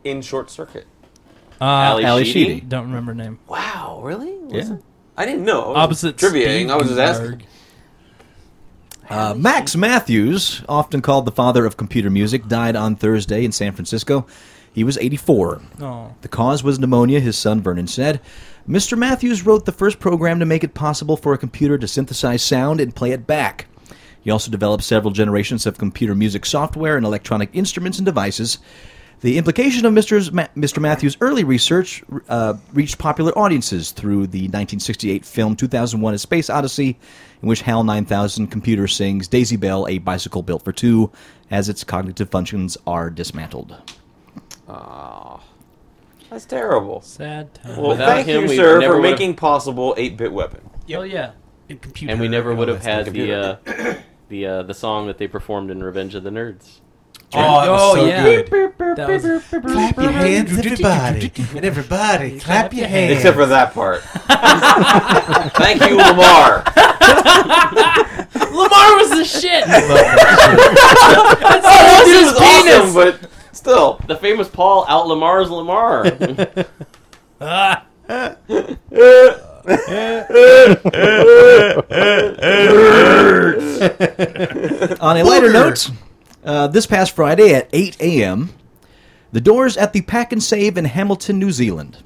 Speaker 5: in Short Circuit?
Speaker 2: uh,
Speaker 4: Ali
Speaker 6: Ali
Speaker 4: Sheedy.
Speaker 6: Sheedy.
Speaker 2: Don't remember name.
Speaker 5: Wow, really? Was
Speaker 6: Yeah.
Speaker 5: it? I didn't know. I was
Speaker 2: Opposite.
Speaker 5: triviating. I was just asking.
Speaker 2: Spielberg.
Speaker 6: Uh, Max Matthews, often called the father of computer music, died on Thursday in San Francisco. He was 84.
Speaker 2: Oh.
Speaker 6: The cause was pneumonia, his son Vernon said. Mr. Matthews wrote the first program to make it possible for a computer to synthesize sound and play it back. He also developed several generations of computer music software and electronic instruments and devices. The implication of Mr. Ma- Mr. Matthews' early research uh, reached popular audiences through the 1968 film 2001 A Space Odyssey, in which HAL 9000 computer sings Daisy Bell, a bicycle built for two, as its cognitive functions are dismantled.
Speaker 5: That's terrible.
Speaker 2: Sad time.
Speaker 5: Well,
Speaker 4: Without
Speaker 5: thank
Speaker 4: him,
Speaker 5: you,
Speaker 4: we
Speaker 5: sir,
Speaker 4: never
Speaker 5: for
Speaker 4: would've-
Speaker 5: making possible 8-bit weapon.
Speaker 2: Hell Oh, yeah.
Speaker 4: and we never would have had the
Speaker 5: Oh, computer.
Speaker 4: uh, the uh, the song that they performed in Revenge of the Nerds.
Speaker 3: Oh, that was
Speaker 2: Oh,
Speaker 3: so
Speaker 2: yeah.
Speaker 3: good.
Speaker 2: That was- <laughs>
Speaker 3: Clap your hands, everybody, and everybody, clap your hands.
Speaker 5: Except for that part. Thank you, Lamar.
Speaker 2: Lamar was the shit.
Speaker 5: That
Speaker 2: his
Speaker 5: was awesome, but still.
Speaker 4: The famous Paul out Lamar's
Speaker 5: <laughs>
Speaker 4: Lamar.
Speaker 2: Ah,
Speaker 6: On a lighter note, uh, this past Friday at 8 a.m., the doors at the Pack and Save in Hamilton, New Zealand.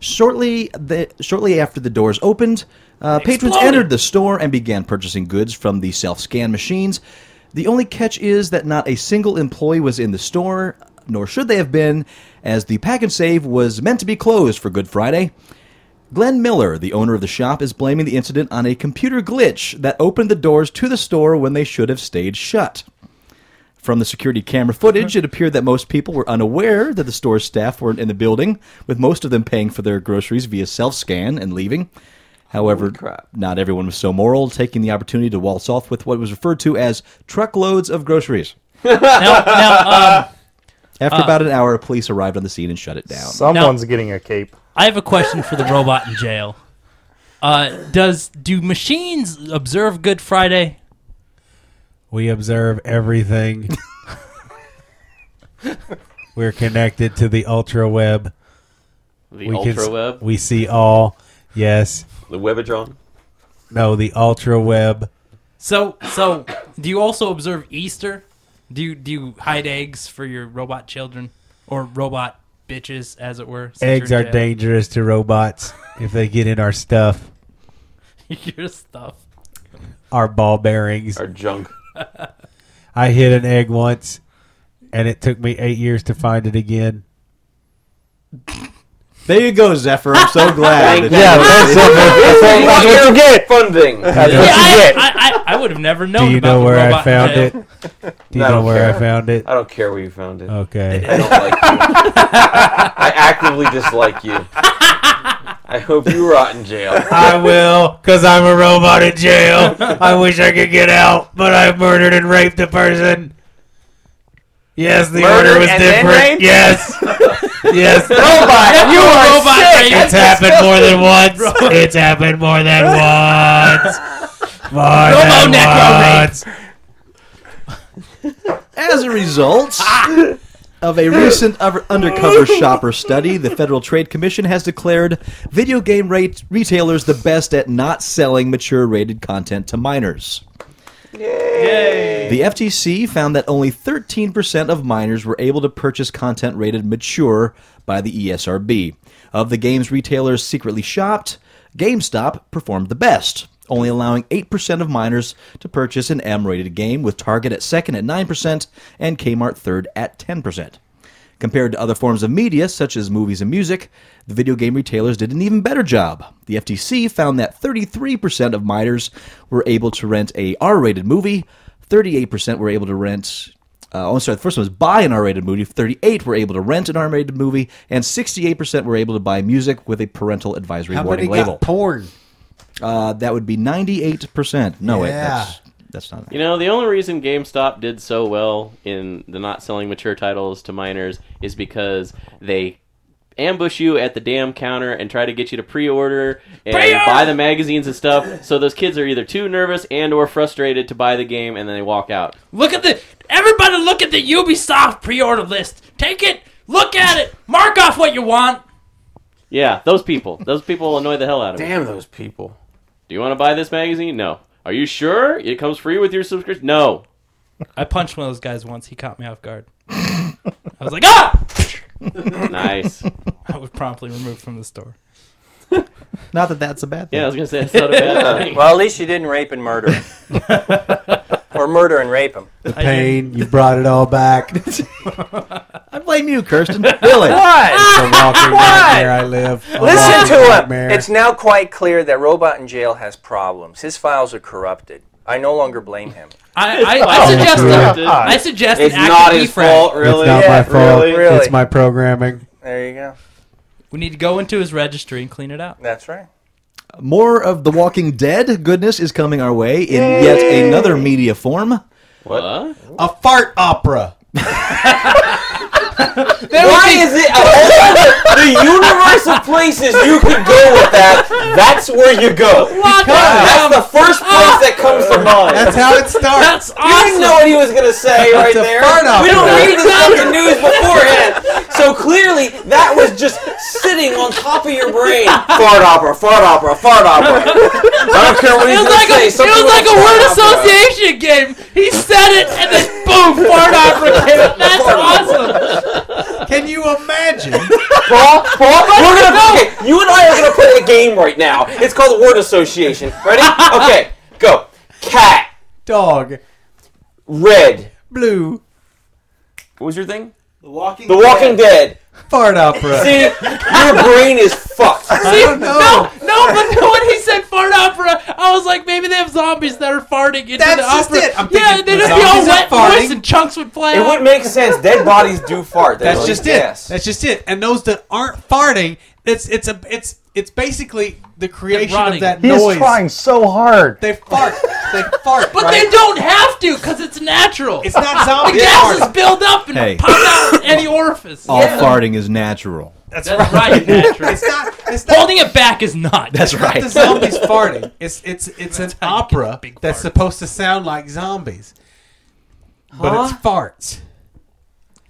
Speaker 6: Shortly, the, shortly after the doors opened, uh, patrons
Speaker 2: Exploded.
Speaker 6: entered the store and began purchasing goods from the self scan machines. The only catch is that not a single employee was in the store, nor should they have been, as the Pack and Save was meant to be closed for Good Friday. Glenn Miller, the owner of the shop, is blaming the incident on a computer glitch that opened the doors to the store when they should have stayed shut. From the security camera footage, it appeared that most people were unaware that the store's staff weren't in the building, with most of them paying for their groceries via self scan and leaving. However, not everyone was so moral, taking the opportunity to waltz off with what was referred to as truckloads of groceries.
Speaker 2: now, now, um,
Speaker 6: After about an hour, police arrived on the scene and shut it down.
Speaker 11: Someone's getting a cape.
Speaker 2: I have a question for the robot in jail. Uh, does do machines observe Good Friday?
Speaker 8: We observe
Speaker 11: <laughs>
Speaker 8: everything. We're connected to the ultra web.
Speaker 4: The
Speaker 8: we can
Speaker 4: ultra
Speaker 8: s-
Speaker 4: web.
Speaker 8: We see all. Yes.
Speaker 5: The Webitron.
Speaker 8: No, the ultra web.
Speaker 2: So, so do you also observe Easter? Do you do you hide eggs for your robot children or robot bitches, as it were? since
Speaker 8: Eggs
Speaker 2: you're
Speaker 8: are
Speaker 2: in jail?
Speaker 8: dangerous to robots if they get in our stuff,
Speaker 2: <laughs> your stuff.
Speaker 8: our ball bearings.
Speaker 5: Our junk.
Speaker 8: I hit an egg once, and it took me eight years to find it again.
Speaker 6: There you go, Zephyr. I'm so glad. that-
Speaker 11: Yeah, that's, that's, that's what you get.
Speaker 5: Funding.
Speaker 11: That's
Speaker 2: Yeah,
Speaker 11: what you
Speaker 2: I,
Speaker 11: get.
Speaker 2: I, I, I would have never known.
Speaker 8: Do you
Speaker 2: about
Speaker 8: know
Speaker 2: the
Speaker 8: where
Speaker 2: robot
Speaker 8: I
Speaker 2: in
Speaker 8: found
Speaker 2: jail.
Speaker 8: it? Do you
Speaker 5: I
Speaker 8: know
Speaker 5: don't
Speaker 8: where I
Speaker 5: care.
Speaker 8: found it?
Speaker 5: <laughs> I don't care where you found it. I <laughs>
Speaker 8: Okay.
Speaker 5: don't like you.
Speaker 3: <laughs>
Speaker 5: I actively dislike you. I hope you rot in jail.
Speaker 8: I will, because I'm a robot in jail. I wish I could get out, but I murdered and raped a person. Yes, the
Speaker 12: Murdered
Speaker 8: order was
Speaker 12: and then
Speaker 8: different.
Speaker 12: raped?
Speaker 8: Yes.
Speaker 12: Robot,
Speaker 11: Yes.
Speaker 12: <laughs> you are
Speaker 2: Robot
Speaker 12: sick.
Speaker 2: baby.
Speaker 11: It's happened more
Speaker 12: <laughs>
Speaker 11: than once. It's happened more than once. More
Speaker 2: Robo
Speaker 11: than
Speaker 2: necro
Speaker 11: once.
Speaker 6: As a result of a recent over- undercover shopper study, the Federal Trade Commission has declared video game rate- retailers the best at not selling mature rated content to minors. The FTC found that only 13% of minors were able to purchase content rated mature by the E ESRB. Of the games retailers secretly shopped, GameStop performed the best, only allowing 8% of minors to purchase an M rated game, with Target at second at 9% and Kmart third at 10%. Compared to other forms of media, such as movies and music, the video game retailers did an even better job. The FTC found that 33% of minors were able to rent a R-rated movie, 38% were able to rent. Uh, oh, I'm sorry. The first one was buy an R-rated movie. 38 were able to rent an R-rated movie, and 68% were able to buy music with a parental advisory
Speaker 3: How
Speaker 6: warning
Speaker 3: many got
Speaker 6: label.
Speaker 3: porn?
Speaker 6: uh, that would be 98%. No, wait,
Speaker 3: Yeah.
Speaker 6: that's that's not.
Speaker 4: You know, the only reason GameStop did so well in the not selling mature titles to minors is because they ambush you at the damn counter and try to get you to pre-order and buy the magazines and stuff. So those kids are either too nervous and or frustrated to buy the game and then they walk out.
Speaker 2: Look at the everybody. Look at the Ubisoft pre-order list. Take it. Look at it. Mark off what you want.
Speaker 4: Yeah, those people. Those people annoy the hell out of me.
Speaker 5: Damn those people.
Speaker 4: Do you want to buy this magazine? No. Are you sure? It comes free with your subscription? No.
Speaker 2: I punched one of those guys once. He caught me off <laughs> guard. I was like, ah!
Speaker 13: <laughs>
Speaker 4: Nice.
Speaker 2: I was promptly removed from the store.
Speaker 6: Not that that's a bad thing.
Speaker 4: Yeah, I was gonna say that's not a bad thing.
Speaker 12: Well, at least you didn't rape and murder. <laughs> him. or murder and rape him.
Speaker 3: The
Speaker 6: <laughs>
Speaker 3: pain. You brought it all back from
Speaker 6: I blame you, Kirsten. really?
Speaker 12: What?
Speaker 3: walking
Speaker 12: What?
Speaker 3: right where I live. A
Speaker 12: Listen
Speaker 3: walking
Speaker 12: to him.
Speaker 3: nightmare.
Speaker 12: It's now quite clear that Robot in jail has problems. His files are corrupted. I no longer blame him.
Speaker 2: I, <laughs> I, I suggest
Speaker 4: corrupted.
Speaker 2: a, I suggest
Speaker 5: It's
Speaker 2: an
Speaker 5: not
Speaker 2: active
Speaker 5: his
Speaker 2: refresh.
Speaker 5: fault, really.
Speaker 3: It's not
Speaker 12: Yeah,
Speaker 3: my fault.
Speaker 12: really, really.
Speaker 3: It's my programming.
Speaker 12: There you go.
Speaker 2: We need to go into his registry and clean it out.
Speaker 12: That's right.
Speaker 6: More of The Walking Dead goodness is coming our way in yet another media form.
Speaker 4: What?
Speaker 3: A fart opera.
Speaker 5: Why is it
Speaker 6: <laughs>
Speaker 5: of all the universe of places you could go with that? That's where you go.
Speaker 2: What the
Speaker 5: That's the first place that comes to mind.
Speaker 3: That's how it
Speaker 2: <laughs> um,
Speaker 3: starts.
Speaker 2: That's
Speaker 5: You didn't
Speaker 2: awesome.
Speaker 5: know what he was gonna say right there.
Speaker 3: fart
Speaker 5: We
Speaker 3: opera.
Speaker 5: don't read this stuff in news beforehand, so clearly that was just sitting on top of your brain. Fart opera, fart opera, fart opera. I don't care what
Speaker 2: It
Speaker 5: he's
Speaker 2: was
Speaker 5: gonna
Speaker 2: like a,
Speaker 5: say.
Speaker 2: it was like a word association game. He said it and then boom, fart opera came. out. <laughs> That's awesome. <laughs>
Speaker 3: Can you imagine?
Speaker 5: Paul, Paul, we're gonna okay, you and I are gonna play a game right now. It's called word association. Ready? Okay, go. Cat,
Speaker 3: Dog,
Speaker 5: red.
Speaker 3: blue,
Speaker 5: What was your thing?
Speaker 8: The Walking
Speaker 5: The Walking Dead.
Speaker 3: fart opera.
Speaker 5: See, your brain is fucked.
Speaker 2: See, no, no, but <laughs> when he said fart opera, I was like, maybe they have zombies that are farting into
Speaker 3: That's
Speaker 2: the
Speaker 3: just
Speaker 2: opera.
Speaker 3: it. I'm
Speaker 2: yeah,
Speaker 3: thinking
Speaker 2: they'd
Speaker 3: the
Speaker 2: just be all
Speaker 3: zombies are
Speaker 2: wet voice
Speaker 3: farting.
Speaker 2: and chunks would play.
Speaker 5: It
Speaker 2: out.
Speaker 5: would make sense. Dead bodies do fart. They
Speaker 3: That's
Speaker 5: really
Speaker 3: just
Speaker 5: gas.
Speaker 3: it. That's just it. And those that aren't farting, it's it's a it's it's basically the creation of
Speaker 2: rotting.
Speaker 3: that
Speaker 11: He
Speaker 3: noise.
Speaker 11: is trying so hard.
Speaker 3: They fart.
Speaker 11: <laughs>
Speaker 3: They fart.
Speaker 2: but
Speaker 3: right?
Speaker 2: they don't have to because it's natural.
Speaker 3: It's not
Speaker 2: the
Speaker 3: zombie
Speaker 2: gases
Speaker 3: farting.
Speaker 2: build up and
Speaker 6: Hey.
Speaker 2: pop out any orifice.
Speaker 6: All farting is natural.
Speaker 2: That's right, natural.
Speaker 3: It's not. It's not.
Speaker 2: Holding it back is not.
Speaker 6: That's right.
Speaker 3: the zombies farting. It's
Speaker 2: <laughs>
Speaker 3: it's it's an opera
Speaker 2: big fart.
Speaker 3: that's supposed to sound like zombies, but it's farts.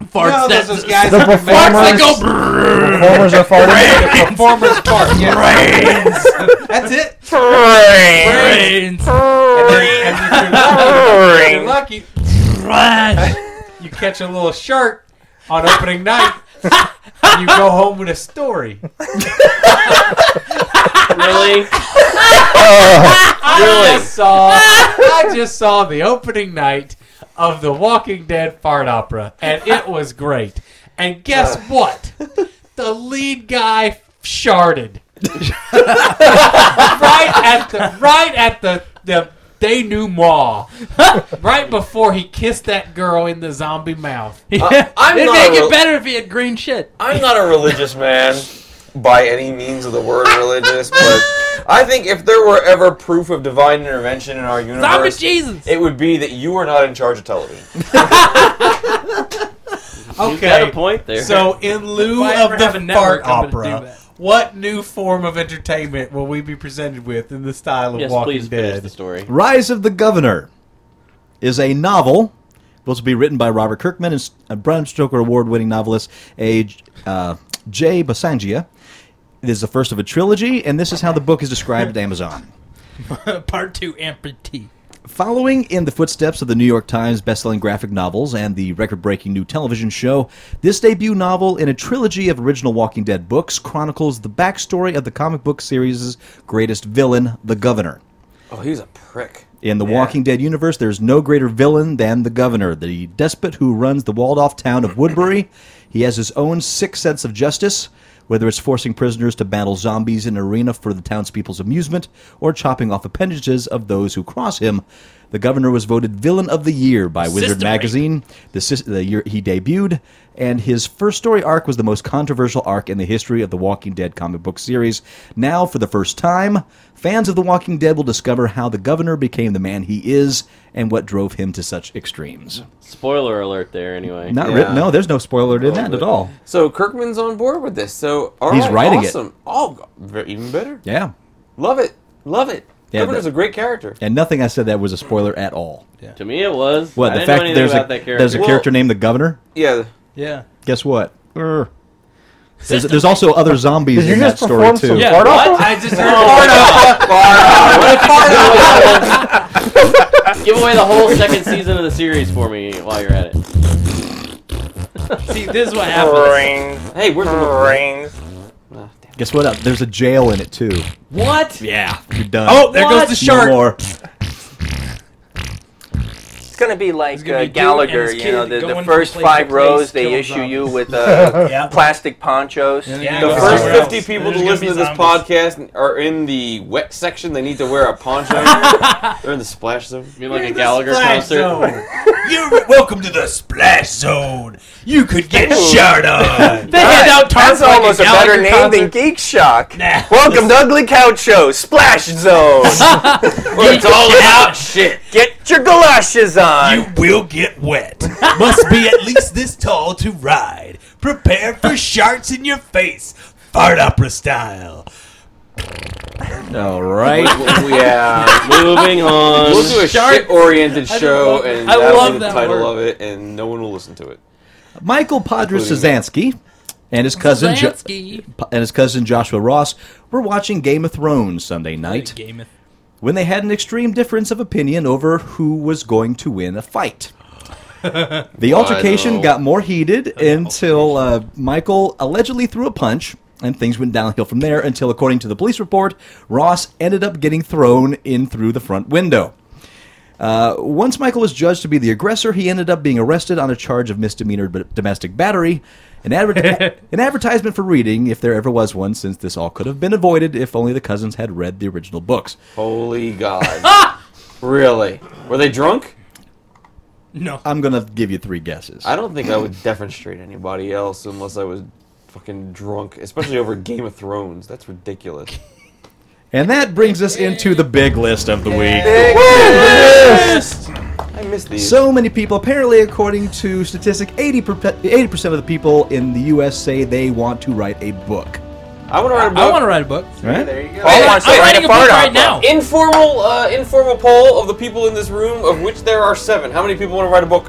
Speaker 2: farts.
Speaker 3: no,
Speaker 2: that's
Speaker 3: those, those guys
Speaker 11: The
Speaker 3: that make
Speaker 2: farts that
Speaker 11: performers,
Speaker 2: go. brrrr.
Speaker 11: performers
Speaker 3: the performers
Speaker 11: are farting.
Speaker 3: fart. yes. <laughs> that's it.
Speaker 2: Brains.
Speaker 3: And if you're lucky, if you're
Speaker 2: Brains.
Speaker 3: lucky, you catch a little shark on opening night. and you go home with a story.
Speaker 4: Really?
Speaker 3: I just saw I just saw the opening night of the Walking Dead fart opera, and it was great. And guess what? The lead guy sharded right at the right at the the denouement, right before he kissed that girl in the zombie mouth.
Speaker 5: <laughs>
Speaker 2: <laughs>
Speaker 5: I'm
Speaker 2: It'd
Speaker 5: not
Speaker 2: make
Speaker 5: a
Speaker 2: it
Speaker 5: real-
Speaker 2: better if he had green shit.
Speaker 5: I'm not a religious man by any means of the word religious, but I think if there were ever proof of divine intervention in our
Speaker 2: Zombie
Speaker 5: universe,
Speaker 2: Jesus.
Speaker 5: it would be that you are not in charge of television.
Speaker 4: He's got a point there.
Speaker 13: So, in lieu
Speaker 4: If I
Speaker 13: of
Speaker 4: ever have a
Speaker 13: the fart
Speaker 4: network, I'm gonna do
Speaker 13: opera,
Speaker 4: that.
Speaker 13: what new form of entertainment will we be presented with in the style of
Speaker 4: Yes,
Speaker 13: Walking
Speaker 4: please finish
Speaker 13: Dead?
Speaker 4: the story.
Speaker 6: Rise of the Governor is a novel. It was to be written by Robert Kirkman, and s- a Bram Stoker award-winning novelist, a uh, Jay Basangia. It is the first of a trilogy, and this is how the book is described at Amazon.
Speaker 2: Part two, amputee.
Speaker 6: Following in the footsteps of the New York Times best-selling graphic novels and the record-breaking new television show, this debut novel in a trilogy of original Walking Dead books chronicles the backstory of the comic book series' greatest villain, the Governor.
Speaker 12: Oh, he was a prick.
Speaker 6: In the Walking Dead universe, there's no greater villain than the governor, the despot who runs the walled off town of Woodbury. He has his own sick sense of justice, whether it's forcing prisoners to battle zombies in an arena for the townspeople's amusement or chopping off appendages of those who cross him. The governor was voted villain of the year by Wizard
Speaker 14: System
Speaker 6: Magazine the, sys- the year he debuted, and his first story arc was the most controversial arc in the history of the Walking Dead comic book series. Now, for the first time, fans of The Walking Dead will discover how the governor became the man he is and what drove him to such extremes.
Speaker 4: Spoiler alert there, anyway.
Speaker 6: Not written. No, there's no spoiler in that at all.
Speaker 5: So Kirkman's on board with this. So all
Speaker 6: He's
Speaker 5: right,
Speaker 6: writing it.
Speaker 5: awesome. Oh, go- ve- even better.
Speaker 6: Yeah.
Speaker 5: Love it. Love it.
Speaker 6: Yeah,
Speaker 5: Kirkman
Speaker 6: that-
Speaker 5: is a great character.
Speaker 6: And nothing I said that was a spoiler at all.
Speaker 4: To me, it was.
Speaker 6: What,
Speaker 4: I
Speaker 6: the
Speaker 4: didn't
Speaker 6: fact that
Speaker 4: know anything
Speaker 6: there's a,
Speaker 4: about that character.
Speaker 6: there's a character named the governor?
Speaker 5: Yeah.
Speaker 2: Yeah.
Speaker 6: Guess what? Err. There's, there's also other zombies
Speaker 2: Did you
Speaker 6: in that
Speaker 2: just
Speaker 6: story,
Speaker 2: perform
Speaker 6: too.
Speaker 2: some Yeah, fart what? opera? I just-
Speaker 5: <laughs>
Speaker 4: Give away the whole second season of the series for me while you're at it.
Speaker 2: See, this is what
Speaker 12: happens.
Speaker 5: Hey, where's the
Speaker 12: brains?
Speaker 6: Guess what? There's a jail in it too.
Speaker 4: What?
Speaker 6: Yeah, you're done.
Speaker 12: Oh, there goes the shark.
Speaker 6: No more.
Speaker 12: It's gonna be like
Speaker 6: gonna
Speaker 12: uh,
Speaker 6: be Duke and
Speaker 12: Gallagher,
Speaker 6: his
Speaker 12: you know,
Speaker 6: kid
Speaker 12: the,
Speaker 6: going
Speaker 12: the
Speaker 6: from
Speaker 12: first
Speaker 6: place
Speaker 12: five
Speaker 6: to
Speaker 12: rows
Speaker 6: place, kill
Speaker 12: they issue
Speaker 6: zombies.
Speaker 12: you with uh,
Speaker 6: <laughs> Yeah.
Speaker 12: plastic ponchos.
Speaker 5: The
Speaker 4: <laughs>
Speaker 5: first 50 people to listen to this podcast are in the wet section. They need to wear a poncho. They're in the splash zone. You
Speaker 4: mean like a Gallagher concert? <laughs>
Speaker 13: You're welcome to the splash zone. You could get shot on.
Speaker 12: All right, That's almost a better name than Geek Shock. Welcome to Ugly Couch Show
Speaker 2: <laughs>
Speaker 12: Splash Zone. Where it's all about shit. Get your galoshes on. You
Speaker 13: will get wet. Must be at least this tall to ride. Prepare for sharks in your face, fart opera style.
Speaker 6: All right.
Speaker 5: <laughs> yeah.
Speaker 4: Moving on.
Speaker 5: We'll do a
Speaker 4: Shark-
Speaker 5: shit-oriented
Speaker 4: I
Speaker 5: show,
Speaker 4: love-
Speaker 5: and
Speaker 4: I
Speaker 5: that'll
Speaker 4: love
Speaker 5: be the
Speaker 4: that
Speaker 5: title
Speaker 4: word.
Speaker 5: of it, and no one will listen to it.
Speaker 6: Michael Padra Sazansky and his cousin Jo-
Speaker 2: Sazansky.
Speaker 6: and his cousin Joshua Ross were watching Game of Thrones Sunday night
Speaker 2: Game of
Speaker 6: when they had an extreme difference of opinion over who was going to win a fight. The altercation got more heated until uh, Michael allegedly threw a punch, and things went downhill from there until, according to the police report, Ross ended up getting thrown in through the front window. Uh, once Michael was judged to be the aggressor, he ended up being arrested on a charge of misdemeanor b- domestic battery. An, adver- an advertisement for reading, if there ever was one, since this all could have been avoided if only the cousins had read the original books.
Speaker 5: Holy God. really? Were they drunk?
Speaker 2: No.
Speaker 6: I'm going to give you three guesses.
Speaker 5: I don't think I would demonstrate anybody else unless I was fucking drunk, especially over Game of Thrones. That's ridiculous.
Speaker 6: And that brings us into the big list of the week.
Speaker 5: Big list! I missed these.
Speaker 6: So many people, apparently, according to statistic, 80 percent of the people in the U.S. say they want to write a book.
Speaker 5: I want to write a book.
Speaker 6: I wanna
Speaker 2: write a book.
Speaker 6: Right?
Speaker 5: Paul
Speaker 6: wants to I'm write writing a a book fart right opera. now.
Speaker 5: Informal, uh, informal poll of the people in this room, of which there are seven. How many people want to write a book?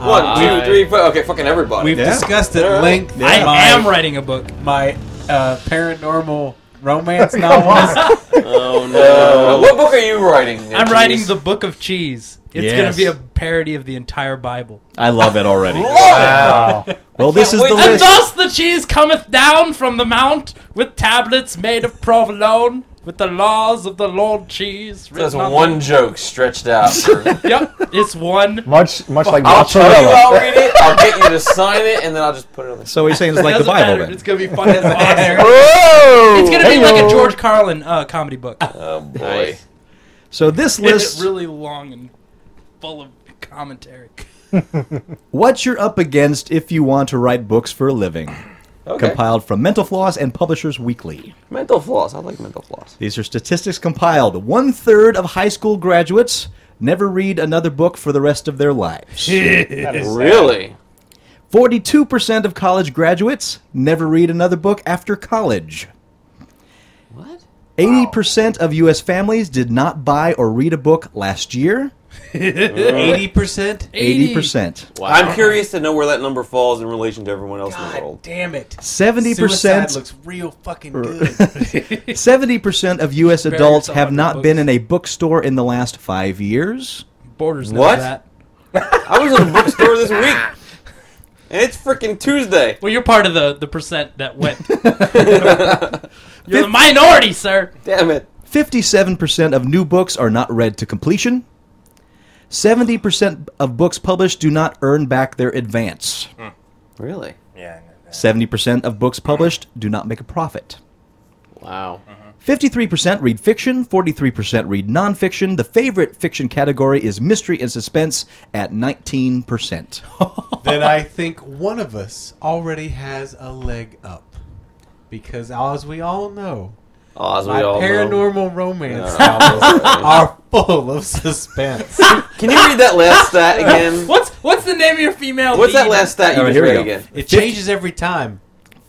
Speaker 5: One,
Speaker 13: Uh,
Speaker 5: two, three, four.
Speaker 13: I-
Speaker 5: Okay, fucking everybody.
Speaker 13: We've discussed at
Speaker 5: Alright.
Speaker 13: length.
Speaker 2: I am writing a book.
Speaker 13: My uh, paranormal romance novels.
Speaker 4: oh
Speaker 5: no. Uh, what book are you writing?
Speaker 2: I'm
Speaker 5: Cheese?
Speaker 2: writing the Book of Cheese. It's going
Speaker 6: Yes.
Speaker 2: to be a parody of the entire Bible.
Speaker 6: I love it already.
Speaker 2: Wow.
Speaker 6: <laughs> Well, this is
Speaker 2: <laughs>
Speaker 6: the
Speaker 2: and
Speaker 6: list.
Speaker 2: thus the cheese cometh down from the mount with tablets made of provolone, with the laws of the Lord cheese.
Speaker 5: That's
Speaker 2: written on
Speaker 5: one
Speaker 2: them.
Speaker 5: joke stretched out.
Speaker 2: yep, it's one.
Speaker 15: Much, much like
Speaker 5: I'll tell you,
Speaker 15: mozzarella.
Speaker 5: I'll read it. I'll get you to sign it, and then I'll just put it on the.
Speaker 6: So he's saying it's like the
Speaker 2: Doesn't
Speaker 6: Bible,
Speaker 2: matter.
Speaker 6: then.
Speaker 2: It's gonna be fun.
Speaker 6: <laughs>
Speaker 2: It's awesome.
Speaker 6: Whoa!
Speaker 2: It's gonna be
Speaker 6: Hey-yo.
Speaker 2: like a George Carlin uh, comedy
Speaker 6: <laughs>
Speaker 2: book.
Speaker 5: Oh boy!
Speaker 6: So this list,
Speaker 2: it's really long and full of commentary.
Speaker 6: what you're up against if you want to write books for a living,
Speaker 5: Okay.
Speaker 6: compiled from Mental Floss and Publishers Weekly.
Speaker 5: Mental flaws. I like mental flaws.
Speaker 6: These are statistics compiled. One third of high school graduates never read another book for the rest of their lives.
Speaker 5: That is sad. Really?
Speaker 6: 42% of college graduates never read another book after college.
Speaker 4: What?
Speaker 6: 80% of U.S. families did not buy or read a book last year.
Speaker 5: 80%?
Speaker 6: 80%.
Speaker 5: I'm curious to know where that number falls in relation to everyone else in the world.
Speaker 2: Damn it.
Speaker 6: 70%
Speaker 2: Suicide looks real fucking
Speaker 6: <laughs>
Speaker 2: good.
Speaker 6: 70% of U.S.
Speaker 2: Compare
Speaker 6: adults
Speaker 2: yourself
Speaker 6: have
Speaker 2: to
Speaker 6: not
Speaker 2: books.
Speaker 6: been in a bookstore in the last five years.
Speaker 2: Borders
Speaker 6: What?
Speaker 5: I was in a bookstore this week, and it's freaking Tuesday.
Speaker 2: Well, you're part of the, the percent that went. <laughs> you're the minority, sir.
Speaker 5: Damn it.
Speaker 6: 57% of new books are not read to completion. 70% of books published do not earn back their advance.
Speaker 5: Really?
Speaker 12: Yeah.
Speaker 6: 70% of books published do not make a profit.
Speaker 4: Wow.
Speaker 5: Uh-huh.
Speaker 6: 53% read fiction, 43% read nonfiction. The favorite fiction category is mystery and suspense at <laughs> 19%.
Speaker 3: then I think one of us already has a leg up. Because as we all know,
Speaker 5: As we
Speaker 3: my
Speaker 5: all know. Uh,
Speaker 3: paranormal
Speaker 5: <laughs>
Speaker 3: romance
Speaker 5: Yeah.
Speaker 3: novels are full of
Speaker 5: <laughs>
Speaker 3: suspense.
Speaker 5: Can you read that last <laughs> stat again?
Speaker 2: What's what's the name of your female?
Speaker 5: What's that
Speaker 2: lead?
Speaker 5: last stat you
Speaker 6: All right,
Speaker 5: just
Speaker 6: here we
Speaker 5: read
Speaker 6: go.
Speaker 5: again?
Speaker 3: It changes every time.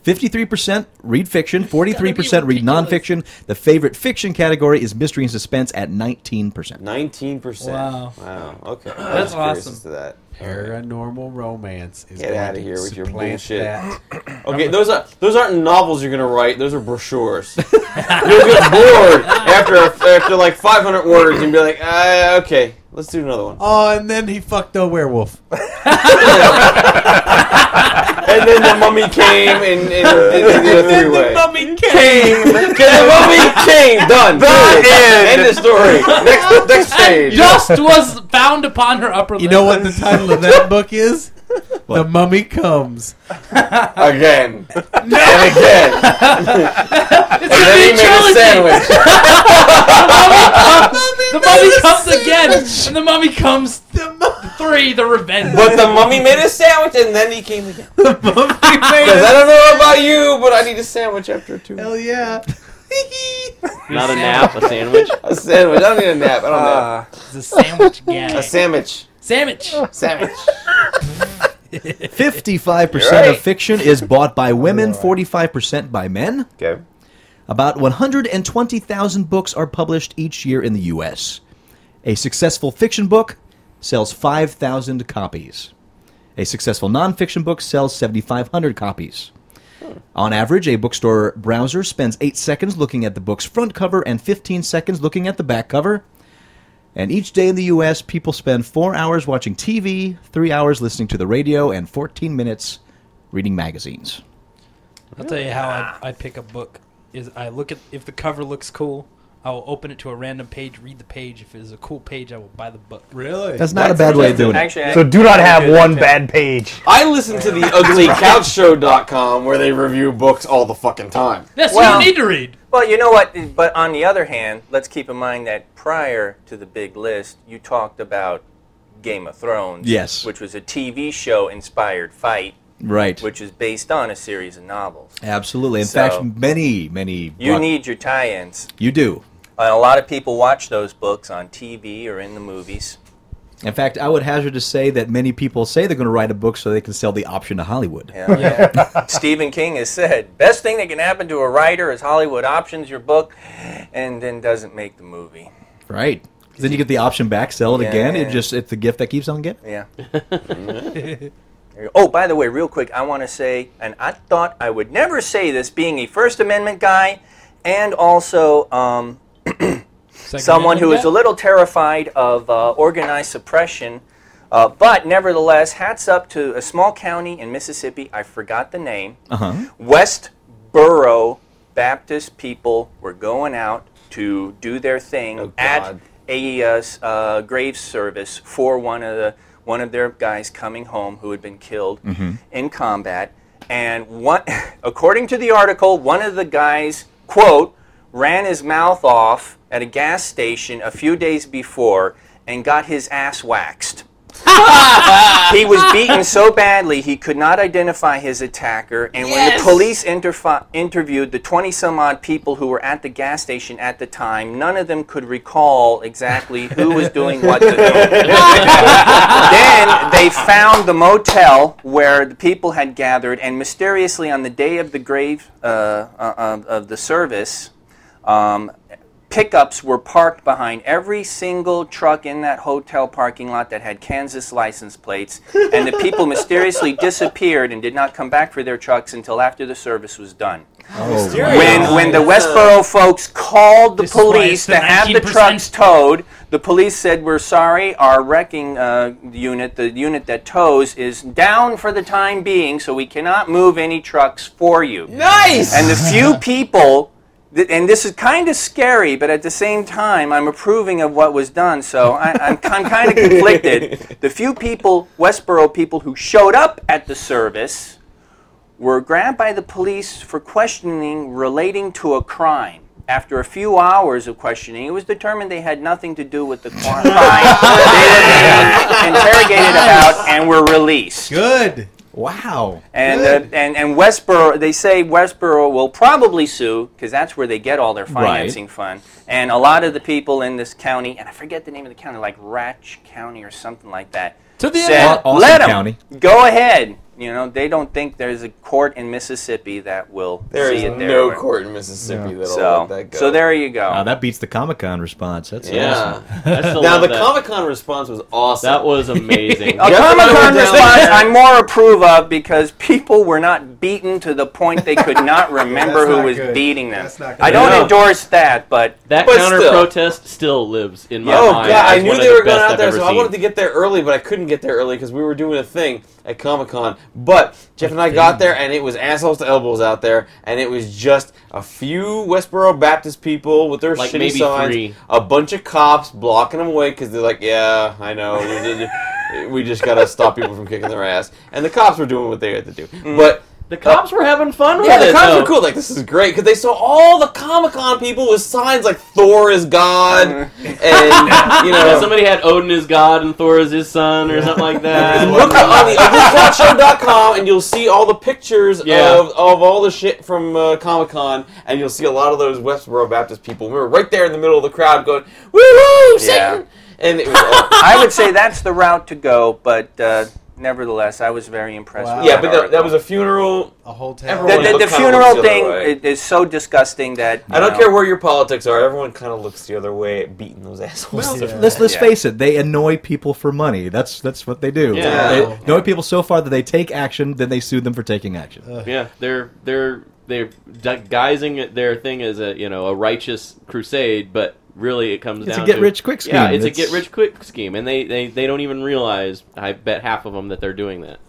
Speaker 6: 53% read fiction, 43% read nonfiction. The favorite fiction category is mystery and suspense at 19%.
Speaker 5: Nineteen percent.
Speaker 2: Wow.
Speaker 5: Wow. Okay. I
Speaker 2: That's
Speaker 5: was curious
Speaker 2: awesome.
Speaker 5: as To that.
Speaker 3: Paranormal romance is
Speaker 5: Get
Speaker 3: going
Speaker 5: outta
Speaker 3: to
Speaker 5: here with your
Speaker 3: supplant
Speaker 5: bullshit.
Speaker 3: that.
Speaker 5: Okay, those are those aren't novels you're gonna write. Those are brochures. <laughs> You'll get bored after after like 500 words and be like, uh, okay, let's do another one.
Speaker 3: Oh, and then he fucked a werewolf.
Speaker 5: And then the mummy came and, and, and did the three-way.
Speaker 2: Mummy
Speaker 5: <laughs> came. the mummy came. Done. Period.
Speaker 12: end.
Speaker 5: End of story. Next next stage.
Speaker 2: Dust was found upon her upper lip.
Speaker 3: You know what the title of that book
Speaker 5: <laughs>
Speaker 3: is? The Mummy Comes.
Speaker 5: Again. And again.
Speaker 2: It's
Speaker 5: And then he
Speaker 2: a new
Speaker 5: made a
Speaker 2: trilogy.
Speaker 5: sandwich.
Speaker 2: The mummy comes again, and the mummy comes three. The revenge.
Speaker 5: But the mummy made a sandwich and then he came again. Because I don't know about you, but I need a sandwich after two.
Speaker 3: Hell yeah.
Speaker 4: Not a nap, a
Speaker 5: <laughs>
Speaker 4: sandwich.
Speaker 5: A sandwich. I don't need a nap. I don't know.
Speaker 12: Uh,
Speaker 2: It's a sandwich gang.
Speaker 5: A sandwich.
Speaker 2: <laughs> sandwich.
Speaker 5: Sandwich.
Speaker 6: 55%
Speaker 5: You're
Speaker 6: of
Speaker 5: right.
Speaker 6: fiction is bought by women, 45% by men.
Speaker 5: Okay.
Speaker 6: About 120,000 books are published each year in the U.S. A successful fiction book sells 5,000 copies. A successful nonfiction book sells 7,500 copies. On average, a bookstore browser spends 8 seconds looking at the book's front cover and 15 seconds looking at the back cover. And each day in the U.S., people spend 4 hours watching TV, 3 hours listening to the radio, and 14 minutes reading magazines.
Speaker 2: I'll tell you how I, I pick a book is I look at if the cover looks cool, I will open it to a random page, read the page. If it is a cool page, I will buy the book.
Speaker 3: Really?
Speaker 6: That's not a bad way of doing it.
Speaker 12: <laughs> So do not have one bad page.
Speaker 5: I listen to the uglycouchshow.com where they review books all the fucking time.
Speaker 2: Yes,
Speaker 12: Well-
Speaker 2: you need to read.
Speaker 12: Well, you know what? But on the other hand, let's keep in mind that prior to the big list, you talked about Game of Thrones.
Speaker 6: Yes.
Speaker 12: Which was a TV show inspired fight,
Speaker 6: Right.
Speaker 12: which is based on a series of novels.
Speaker 6: Absolutely. In
Speaker 12: So-
Speaker 6: fact, many, many.
Speaker 12: You
Speaker 6: broad-
Speaker 12: need your tie ins.
Speaker 6: You do.
Speaker 12: And a lot of people watch those books on TV or in the movies.
Speaker 6: In fact, I would hazard to say that many people say they're going to write a book so they can sell the option to Hollywood.
Speaker 12: Yeah. <laughs> Stephen King has said, best thing that can happen to a writer is Hollywood options your book and then doesn't make the movie.
Speaker 6: Right. Then you get the option back, sell it
Speaker 12: Yeah,
Speaker 6: again.
Speaker 12: yeah.
Speaker 6: It just it's the gift that keeps on giving.
Speaker 12: Yeah. There you go. oh, by the way, real quick, I want to say, and I thought I would never say this, being a First Amendment guy, and also um, someone who is a little terrified of uh, organized suppression. Uh, but nevertheless, hats up to a small county in Mississippi. I forgot the name.
Speaker 6: Uh huh.
Speaker 12: Westboro Baptist people were going out to do their thing
Speaker 5: Oh,
Speaker 12: at
Speaker 5: God.
Speaker 12: a uh, s- uh, grave service for one of the one of their guys coming home who had been killed
Speaker 5: Mm-hmm.
Speaker 12: in combat. And one, <laughs> according to the article, one of the guys quote ran his mouth off at a gas station a few days before and got his ass waxed. he was beaten so badly he could not identify his attacker. And when
Speaker 14: Yes.
Speaker 12: the police interfi- interviewed the 20 some odd people who were at the gas station at the time, none of them could recall exactly who was doing what to whom. then they found the motel where the people had gathered, and mysteriously on the day of the grave uh, uh, of, of the service, um, pickups were parked behind every single truck in that hotel parking lot that had Kansas license plates, and the people mysteriously disappeared and did not come back for their trucks until after the service was done.
Speaker 6: Oh,
Speaker 12: When, when the Westboro folks called the
Speaker 14: why
Speaker 12: police
Speaker 14: it's the
Speaker 12: to have the
Speaker 14: 19%.
Speaker 12: trucks towed, the police said, "We're sorry, our wrecking uh, unit, the unit that tows, is down for the time being, so we cannot move any trucks for you."
Speaker 14: Nice!
Speaker 12: And the
Speaker 14: <laughs>
Speaker 12: few people, th- and this is kind of scary, but at the same time, I'm approving of what was done, so I, I'm, I'm kind of conflicted. The few people, Westboro people, who showed up at the service were grabbed by the police for questioning relating to a crime. After a few hours of questioning, it was determined they had nothing to do with the crime. they were being interrogated about and were released.
Speaker 3: Good.
Speaker 6: Wow.
Speaker 12: And, uh, and and Westboro, they say Westboro will probably sue because that's where they get all their
Speaker 14: Right.
Speaker 12: financing fund. And a lot of the people in this county, and I forget the name of the county, like Ratch County or something like that,
Speaker 14: To the
Speaker 12: said,
Speaker 14: end. Austin
Speaker 12: "Let 'em.
Speaker 14: County.
Speaker 12: go ahead." You know, they don't think there's a court in Mississippi that will
Speaker 5: There
Speaker 12: see
Speaker 5: is
Speaker 12: it there.
Speaker 5: no court in Mississippi that'll
Speaker 12: so,
Speaker 5: let that go.
Speaker 12: So there you go.
Speaker 6: Wow, that beats the Comic Con response. That's
Speaker 5: Yeah.
Speaker 6: awesome.
Speaker 5: now the Comic Con response was awesome.
Speaker 4: That was
Speaker 5: <laughs>
Speaker 4: amazing.
Speaker 12: A Comic Con response I more approve of because people were not beaten to the point
Speaker 5: <laughs>
Speaker 12: they could not remember
Speaker 4: That's
Speaker 12: who
Speaker 4: not
Speaker 12: was
Speaker 4: good.
Speaker 12: beating them.
Speaker 4: That's not good.
Speaker 12: I don't
Speaker 4: No.
Speaker 12: endorse that, but
Speaker 4: That
Speaker 12: but
Speaker 4: counter
Speaker 12: still.
Speaker 4: protest still lives in my
Speaker 5: oh
Speaker 4: mind.
Speaker 5: god, I
Speaker 4: as
Speaker 5: knew
Speaker 4: one of
Speaker 5: they
Speaker 4: the
Speaker 5: were going
Speaker 4: best
Speaker 5: out
Speaker 4: I've
Speaker 5: there,
Speaker 4: ever
Speaker 5: so I
Speaker 4: seen.
Speaker 5: wanted to get there early, but I couldn't get there early because we were doing a thing at Comic Con. But Jeff and I got there, and it was assholes to elbows out there, and it was just a few Westboro Baptist people with their
Speaker 4: Like
Speaker 5: shitty
Speaker 4: maybe
Speaker 5: signs,
Speaker 4: three.
Speaker 5: a bunch of cops blocking them away because they're like, "Yeah, I know, we, did- we just got to stop people from kicking their ass," and the cops were doing what they had to do, but.
Speaker 4: The cops were having fun with
Speaker 5: yeah,
Speaker 4: it,
Speaker 5: the cops were
Speaker 4: though.
Speaker 5: cool. Like this is great because they saw all the Comic Con people with signs like "Thor is God" and you know
Speaker 4: Yeah, <laughs> somebody had Odin is God and Thor is his son or something
Speaker 5: <laughs>
Speaker 4: like that.
Speaker 5: Look on the uglycouchshow.com and you'll see all the pictures
Speaker 4: Yeah.
Speaker 5: of, of all the shit from uh, Comic Con, and you'll see a lot of those Westboro Baptist people. We were right there in the middle of the crowd going, "Woo, Satan!" And it was awesome.
Speaker 12: I would say that's the route to go, but uh, nevertheless, I was very impressed. With
Speaker 5: yeah,
Speaker 12: that
Speaker 5: but that,
Speaker 12: article.
Speaker 5: that was a funeral.
Speaker 3: A whole
Speaker 12: the, the, the funeral thing i- is so disgusting that
Speaker 5: I
Speaker 12: you
Speaker 5: don't
Speaker 12: know,
Speaker 5: care where your politics are. Everyone kind of looks the other way at beating those assholes.
Speaker 6: Well, let's let's face it. They annoy people for money. That's that's what they do.
Speaker 5: Yeah.
Speaker 6: They annoy people so far that they take action, then they sue them for taking action.
Speaker 4: Yeah, they're they're they're di- guising it- their thing as a you know a righteous crusade, but really it comes
Speaker 6: It's a
Speaker 4: down
Speaker 6: get
Speaker 4: to-
Speaker 6: rich quick
Speaker 4: Yeah,
Speaker 6: scheme.
Speaker 4: it's,
Speaker 6: It's-
Speaker 4: a get rich quick scheme, and they, they they don't even realize. I bet half of them that they're doing that.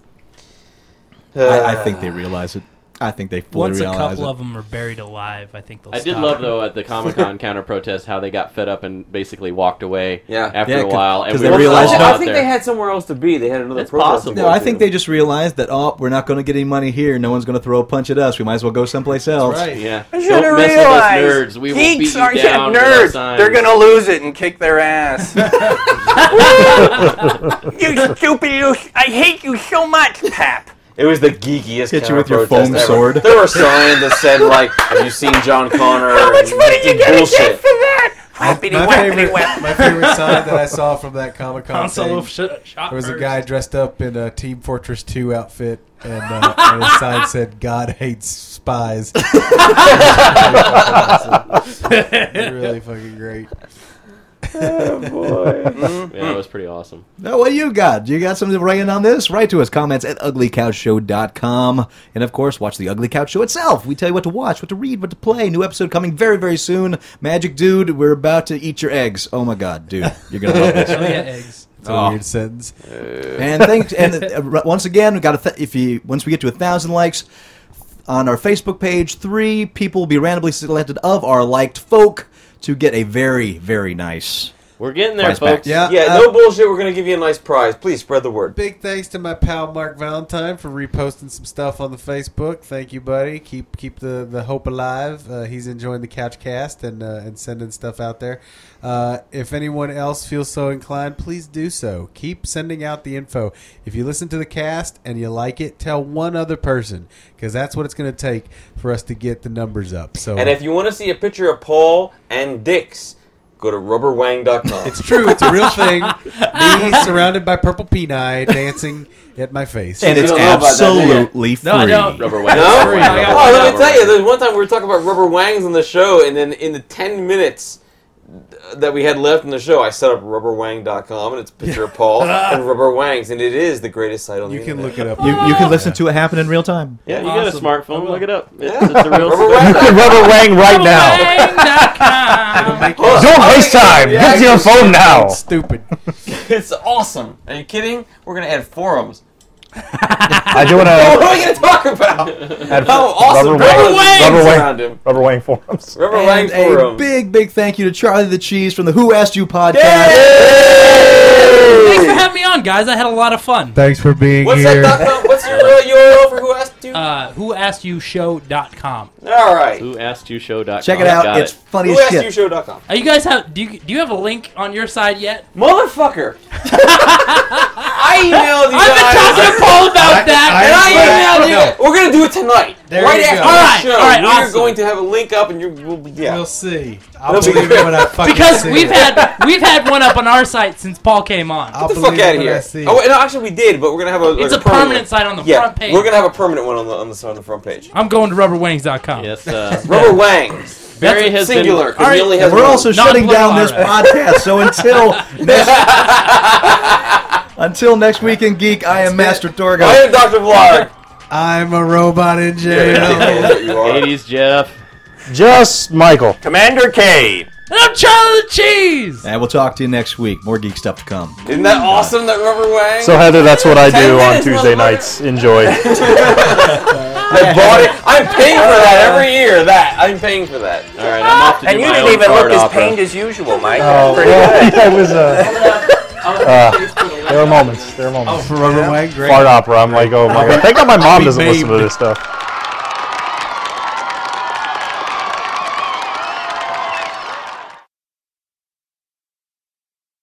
Speaker 6: I,
Speaker 5: uh,
Speaker 6: I think they realize it. I think they fully
Speaker 2: Once a
Speaker 6: realize
Speaker 2: couple
Speaker 6: it.
Speaker 2: of them are buried alive, I think they'll.
Speaker 4: I did
Speaker 2: stop.
Speaker 4: love though at the Comic Con <laughs> counter protest how they got fed up and basically walked away.
Speaker 5: Yeah.
Speaker 4: after
Speaker 6: Yeah,
Speaker 4: a
Speaker 6: 'cause-
Speaker 4: while, and
Speaker 6: 'cause
Speaker 4: we
Speaker 6: they
Speaker 4: were
Speaker 6: realized-
Speaker 4: all
Speaker 6: I
Speaker 4: out
Speaker 5: I think
Speaker 4: there.
Speaker 5: they had somewhere else to be. They had another
Speaker 4: That's
Speaker 5: protest.
Speaker 4: possible.
Speaker 6: No, I think they just realized that oh, we're not going to get any money here. No one's going to throw a punch at us. We might as well go someplace else.
Speaker 4: right. Yeah.
Speaker 12: I
Speaker 4: Don't
Speaker 12: should have
Speaker 4: mess with us
Speaker 12: realized
Speaker 4: nerds. We will beat
Speaker 12: geeks
Speaker 4: you
Speaker 12: are yeah,
Speaker 4: down with our
Speaker 12: nerds.
Speaker 4: signs.
Speaker 12: They're gonna lose it and kick
Speaker 4: <laughs>
Speaker 12: their ass. you stupid! You, I hate you so much, Pap.
Speaker 5: It was the geekiest.
Speaker 6: Hit you
Speaker 5: counter
Speaker 6: with your
Speaker 5: protest
Speaker 6: foam
Speaker 5: ever.
Speaker 6: sword.
Speaker 5: There were signs that said like, "Have you seen John Connor?"
Speaker 12: <laughs> How much
Speaker 5: and
Speaker 12: money you gonna
Speaker 5: bullshit.
Speaker 12: get for that? Whappity
Speaker 3: my
Speaker 12: whappity
Speaker 3: favorite,
Speaker 12: whappity.
Speaker 4: <laughs>
Speaker 6: <laughs>
Speaker 3: my favorite sign that I saw from that Comic Con
Speaker 2: Console
Speaker 3: thing.
Speaker 2: of sh- shot
Speaker 3: There was a
Speaker 2: first.
Speaker 3: guy dressed up in a Team Fortress 2 outfit, and, uh, <laughs> and his sign said, "God hates spies." <laughs> really fucking great.
Speaker 4: Yeah, that was pretty awesome.
Speaker 6: Now, what do you got? You got something to write in on this? Write to us. Comments at uglycouchshow.com. And, of course, watch The Ugly Couch Show itself. We tell you what to watch, what to read, what to play. New episode coming very, very soon. Magic Dude, we're about to eat your eggs. Oh, my God, dude. You're going to love this.
Speaker 2: <laughs> Oh yeah, eggs.
Speaker 3: It's a
Speaker 6: Oh.
Speaker 3: weird sentence.
Speaker 6: And thanks. And uh, r- once again, we got to th- if you once we get to a thousand likes on our Facebook page, three people will be randomly selected of our liked folk to get a very very nice
Speaker 4: We're getting there,
Speaker 6: Prize
Speaker 4: folks.
Speaker 6: packs. Yeah,
Speaker 5: yeah,
Speaker 3: uh,
Speaker 5: no bullshit. We're gonna give you a nice prize. Please spread the word.
Speaker 3: Big thanks to my pal Mark Valentine for reposting some stuff on the Facebook. Thank you, buddy. Keep keep the, the hope alive. Uh, he's enjoying the couch cast and uh, and sending stuff out there. Uh, if anyone else feels so inclined, please do so. Keep sending out the info. If you listen to the cast and you like it, tell one other person because that's what it's going to take for us to get the numbers up. So
Speaker 5: And if you want to see a picture of Paul and Dix, go to rubberwang.com.
Speaker 3: it's true, it's a real
Speaker 5: <laughs>
Speaker 3: thing. Me surrounded by purple peni dancing at my face,
Speaker 5: And it's You don't know about that, do you? absolutely
Speaker 4: <laughs> No, I don't. Rubber
Speaker 5: No?
Speaker 4: wang.
Speaker 5: Oh,
Speaker 4: Rubber wang.
Speaker 5: let me tell you, there's one time we were talking about rubber wangs on the show, and then in the 10 minutes that we had left in the show, I set up rubberwang.com, and it's a picture of Paul and rubber wangs, and it is the greatest site on the internet.
Speaker 3: look it up.
Speaker 6: You, you can listen to it happen in real time.
Speaker 4: Yeah, you got a smartphone. Look it up. It's,
Speaker 5: Yeah.
Speaker 4: it's a real.
Speaker 5: Rubber wang. You can
Speaker 14: rubber wang right now. Don't waste time.
Speaker 5: Yeah,
Speaker 14: Get to your
Speaker 5: it's
Speaker 14: phone now.
Speaker 3: Stupid.
Speaker 5: <laughs> it's awesome. Are you kidding? We're going to add forums.
Speaker 14: I do want
Speaker 5: <laughs> what
Speaker 14: to
Speaker 5: are we going to talk <laughs> about?
Speaker 14: add
Speaker 5: How awesome
Speaker 14: rubber
Speaker 5: rubber
Speaker 14: wang,
Speaker 5: wangs
Speaker 14: rubber
Speaker 5: around
Speaker 14: wang,
Speaker 5: him.
Speaker 14: rubber wang forums.
Speaker 5: Rubber wang
Speaker 6: And a
Speaker 5: forum.
Speaker 6: big, big thank you to Charlie the Cheese from the Who Asked You podcast.
Speaker 2: Thanks for having me on, guys. I had a lot of fun.
Speaker 8: Thanks for being
Speaker 5: What's
Speaker 8: here.
Speaker 5: that dot com? What's your uh, URL for who asked you?
Speaker 2: Uh, whoaskedyou.show.com.
Speaker 5: All right.
Speaker 4: Who asked you show.com.
Speaker 6: Check it out.
Speaker 4: Oh, Got
Speaker 6: It's funny
Speaker 5: Who
Speaker 6: as
Speaker 5: asked
Speaker 6: shit.
Speaker 5: you show.com?
Speaker 2: Are you guys have do you do you have a link on your side yet?
Speaker 5: Motherfucker! <laughs> I emailed you
Speaker 2: I've been
Speaker 5: guys.
Speaker 2: talking to Paul about that.
Speaker 5: and I
Speaker 2: I-
Speaker 5: emailed you. We're gonna do it tonight.
Speaker 3: There
Speaker 5: right
Speaker 3: you go.
Speaker 5: after
Speaker 2: All
Speaker 5: the
Speaker 2: right,
Speaker 5: show,
Speaker 2: all right,
Speaker 5: we're
Speaker 2: awesome.
Speaker 5: going to have a link up, and you will be yeah.
Speaker 3: We'll see. I'll
Speaker 5: That'll be
Speaker 3: believe it when I fucking
Speaker 2: because
Speaker 3: see
Speaker 2: we've
Speaker 3: it.
Speaker 2: had we've had one up on our site since Paul came on.
Speaker 3: I'll
Speaker 5: Get the
Speaker 3: believe
Speaker 5: fuck
Speaker 3: it
Speaker 5: out of
Speaker 3: when I
Speaker 5: here!
Speaker 3: see it.
Speaker 5: Oh wait, no, actually we did, but we're gonna have a. like
Speaker 2: It's a permanent site on the
Speaker 5: yeah,
Speaker 2: front page.
Speaker 5: We're gonna have a permanent one on the on the, on the front
Speaker 2: <laughs>
Speaker 5: page.
Speaker 2: I'm going to rubberwings.com.
Speaker 4: Yes.
Speaker 5: <laughs>
Speaker 4: Uh,
Speaker 5: Rubber Wang,
Speaker 4: Barry has been-
Speaker 5: singular. 'cause
Speaker 2: All
Speaker 5: he
Speaker 2: right,
Speaker 5: only
Speaker 6: And
Speaker 5: has
Speaker 6: we're
Speaker 5: one.
Speaker 6: also shutting down this podcast. So
Speaker 4: <laughs>
Speaker 6: until next, until next week in Geek, I am Master Torgo.
Speaker 5: I am Doctor Vlog.
Speaker 3: I'm a robot in jail.
Speaker 5: you are.
Speaker 4: 80s Jeff.
Speaker 14: Just Michael.
Speaker 12: Commander K.
Speaker 2: And I'm Charlie the Cheese.
Speaker 6: <laughs> And we'll talk to you next week. More geek stuff to come.
Speaker 5: Isn't that awesome? That Rubber Wang.
Speaker 14: So Heather, that's what I
Speaker 5: Ten
Speaker 14: do on
Speaker 5: minutes,
Speaker 14: Tuesday
Speaker 5: motherfucker.
Speaker 14: nights. Enjoy. <laughs>
Speaker 5: <laughs> I bought it. I'm paying for that every year. That I'm paying for that.
Speaker 4: All right, I'm off to
Speaker 12: And
Speaker 4: do
Speaker 12: you
Speaker 4: my
Speaker 12: didn't
Speaker 4: own
Speaker 12: even
Speaker 4: card
Speaker 12: look as
Speaker 4: opera.
Speaker 12: pained as usual, Mike.
Speaker 14: Oh,
Speaker 12: That's pretty
Speaker 14: well,
Speaker 12: good.
Speaker 14: yeah, it was. Uh, uh, there are moments. There are moments.
Speaker 3: For Rubber Wang, great.
Speaker 14: Fart opera. I'm like, oh my god. Thank God my mom doesn't listen to this stuff.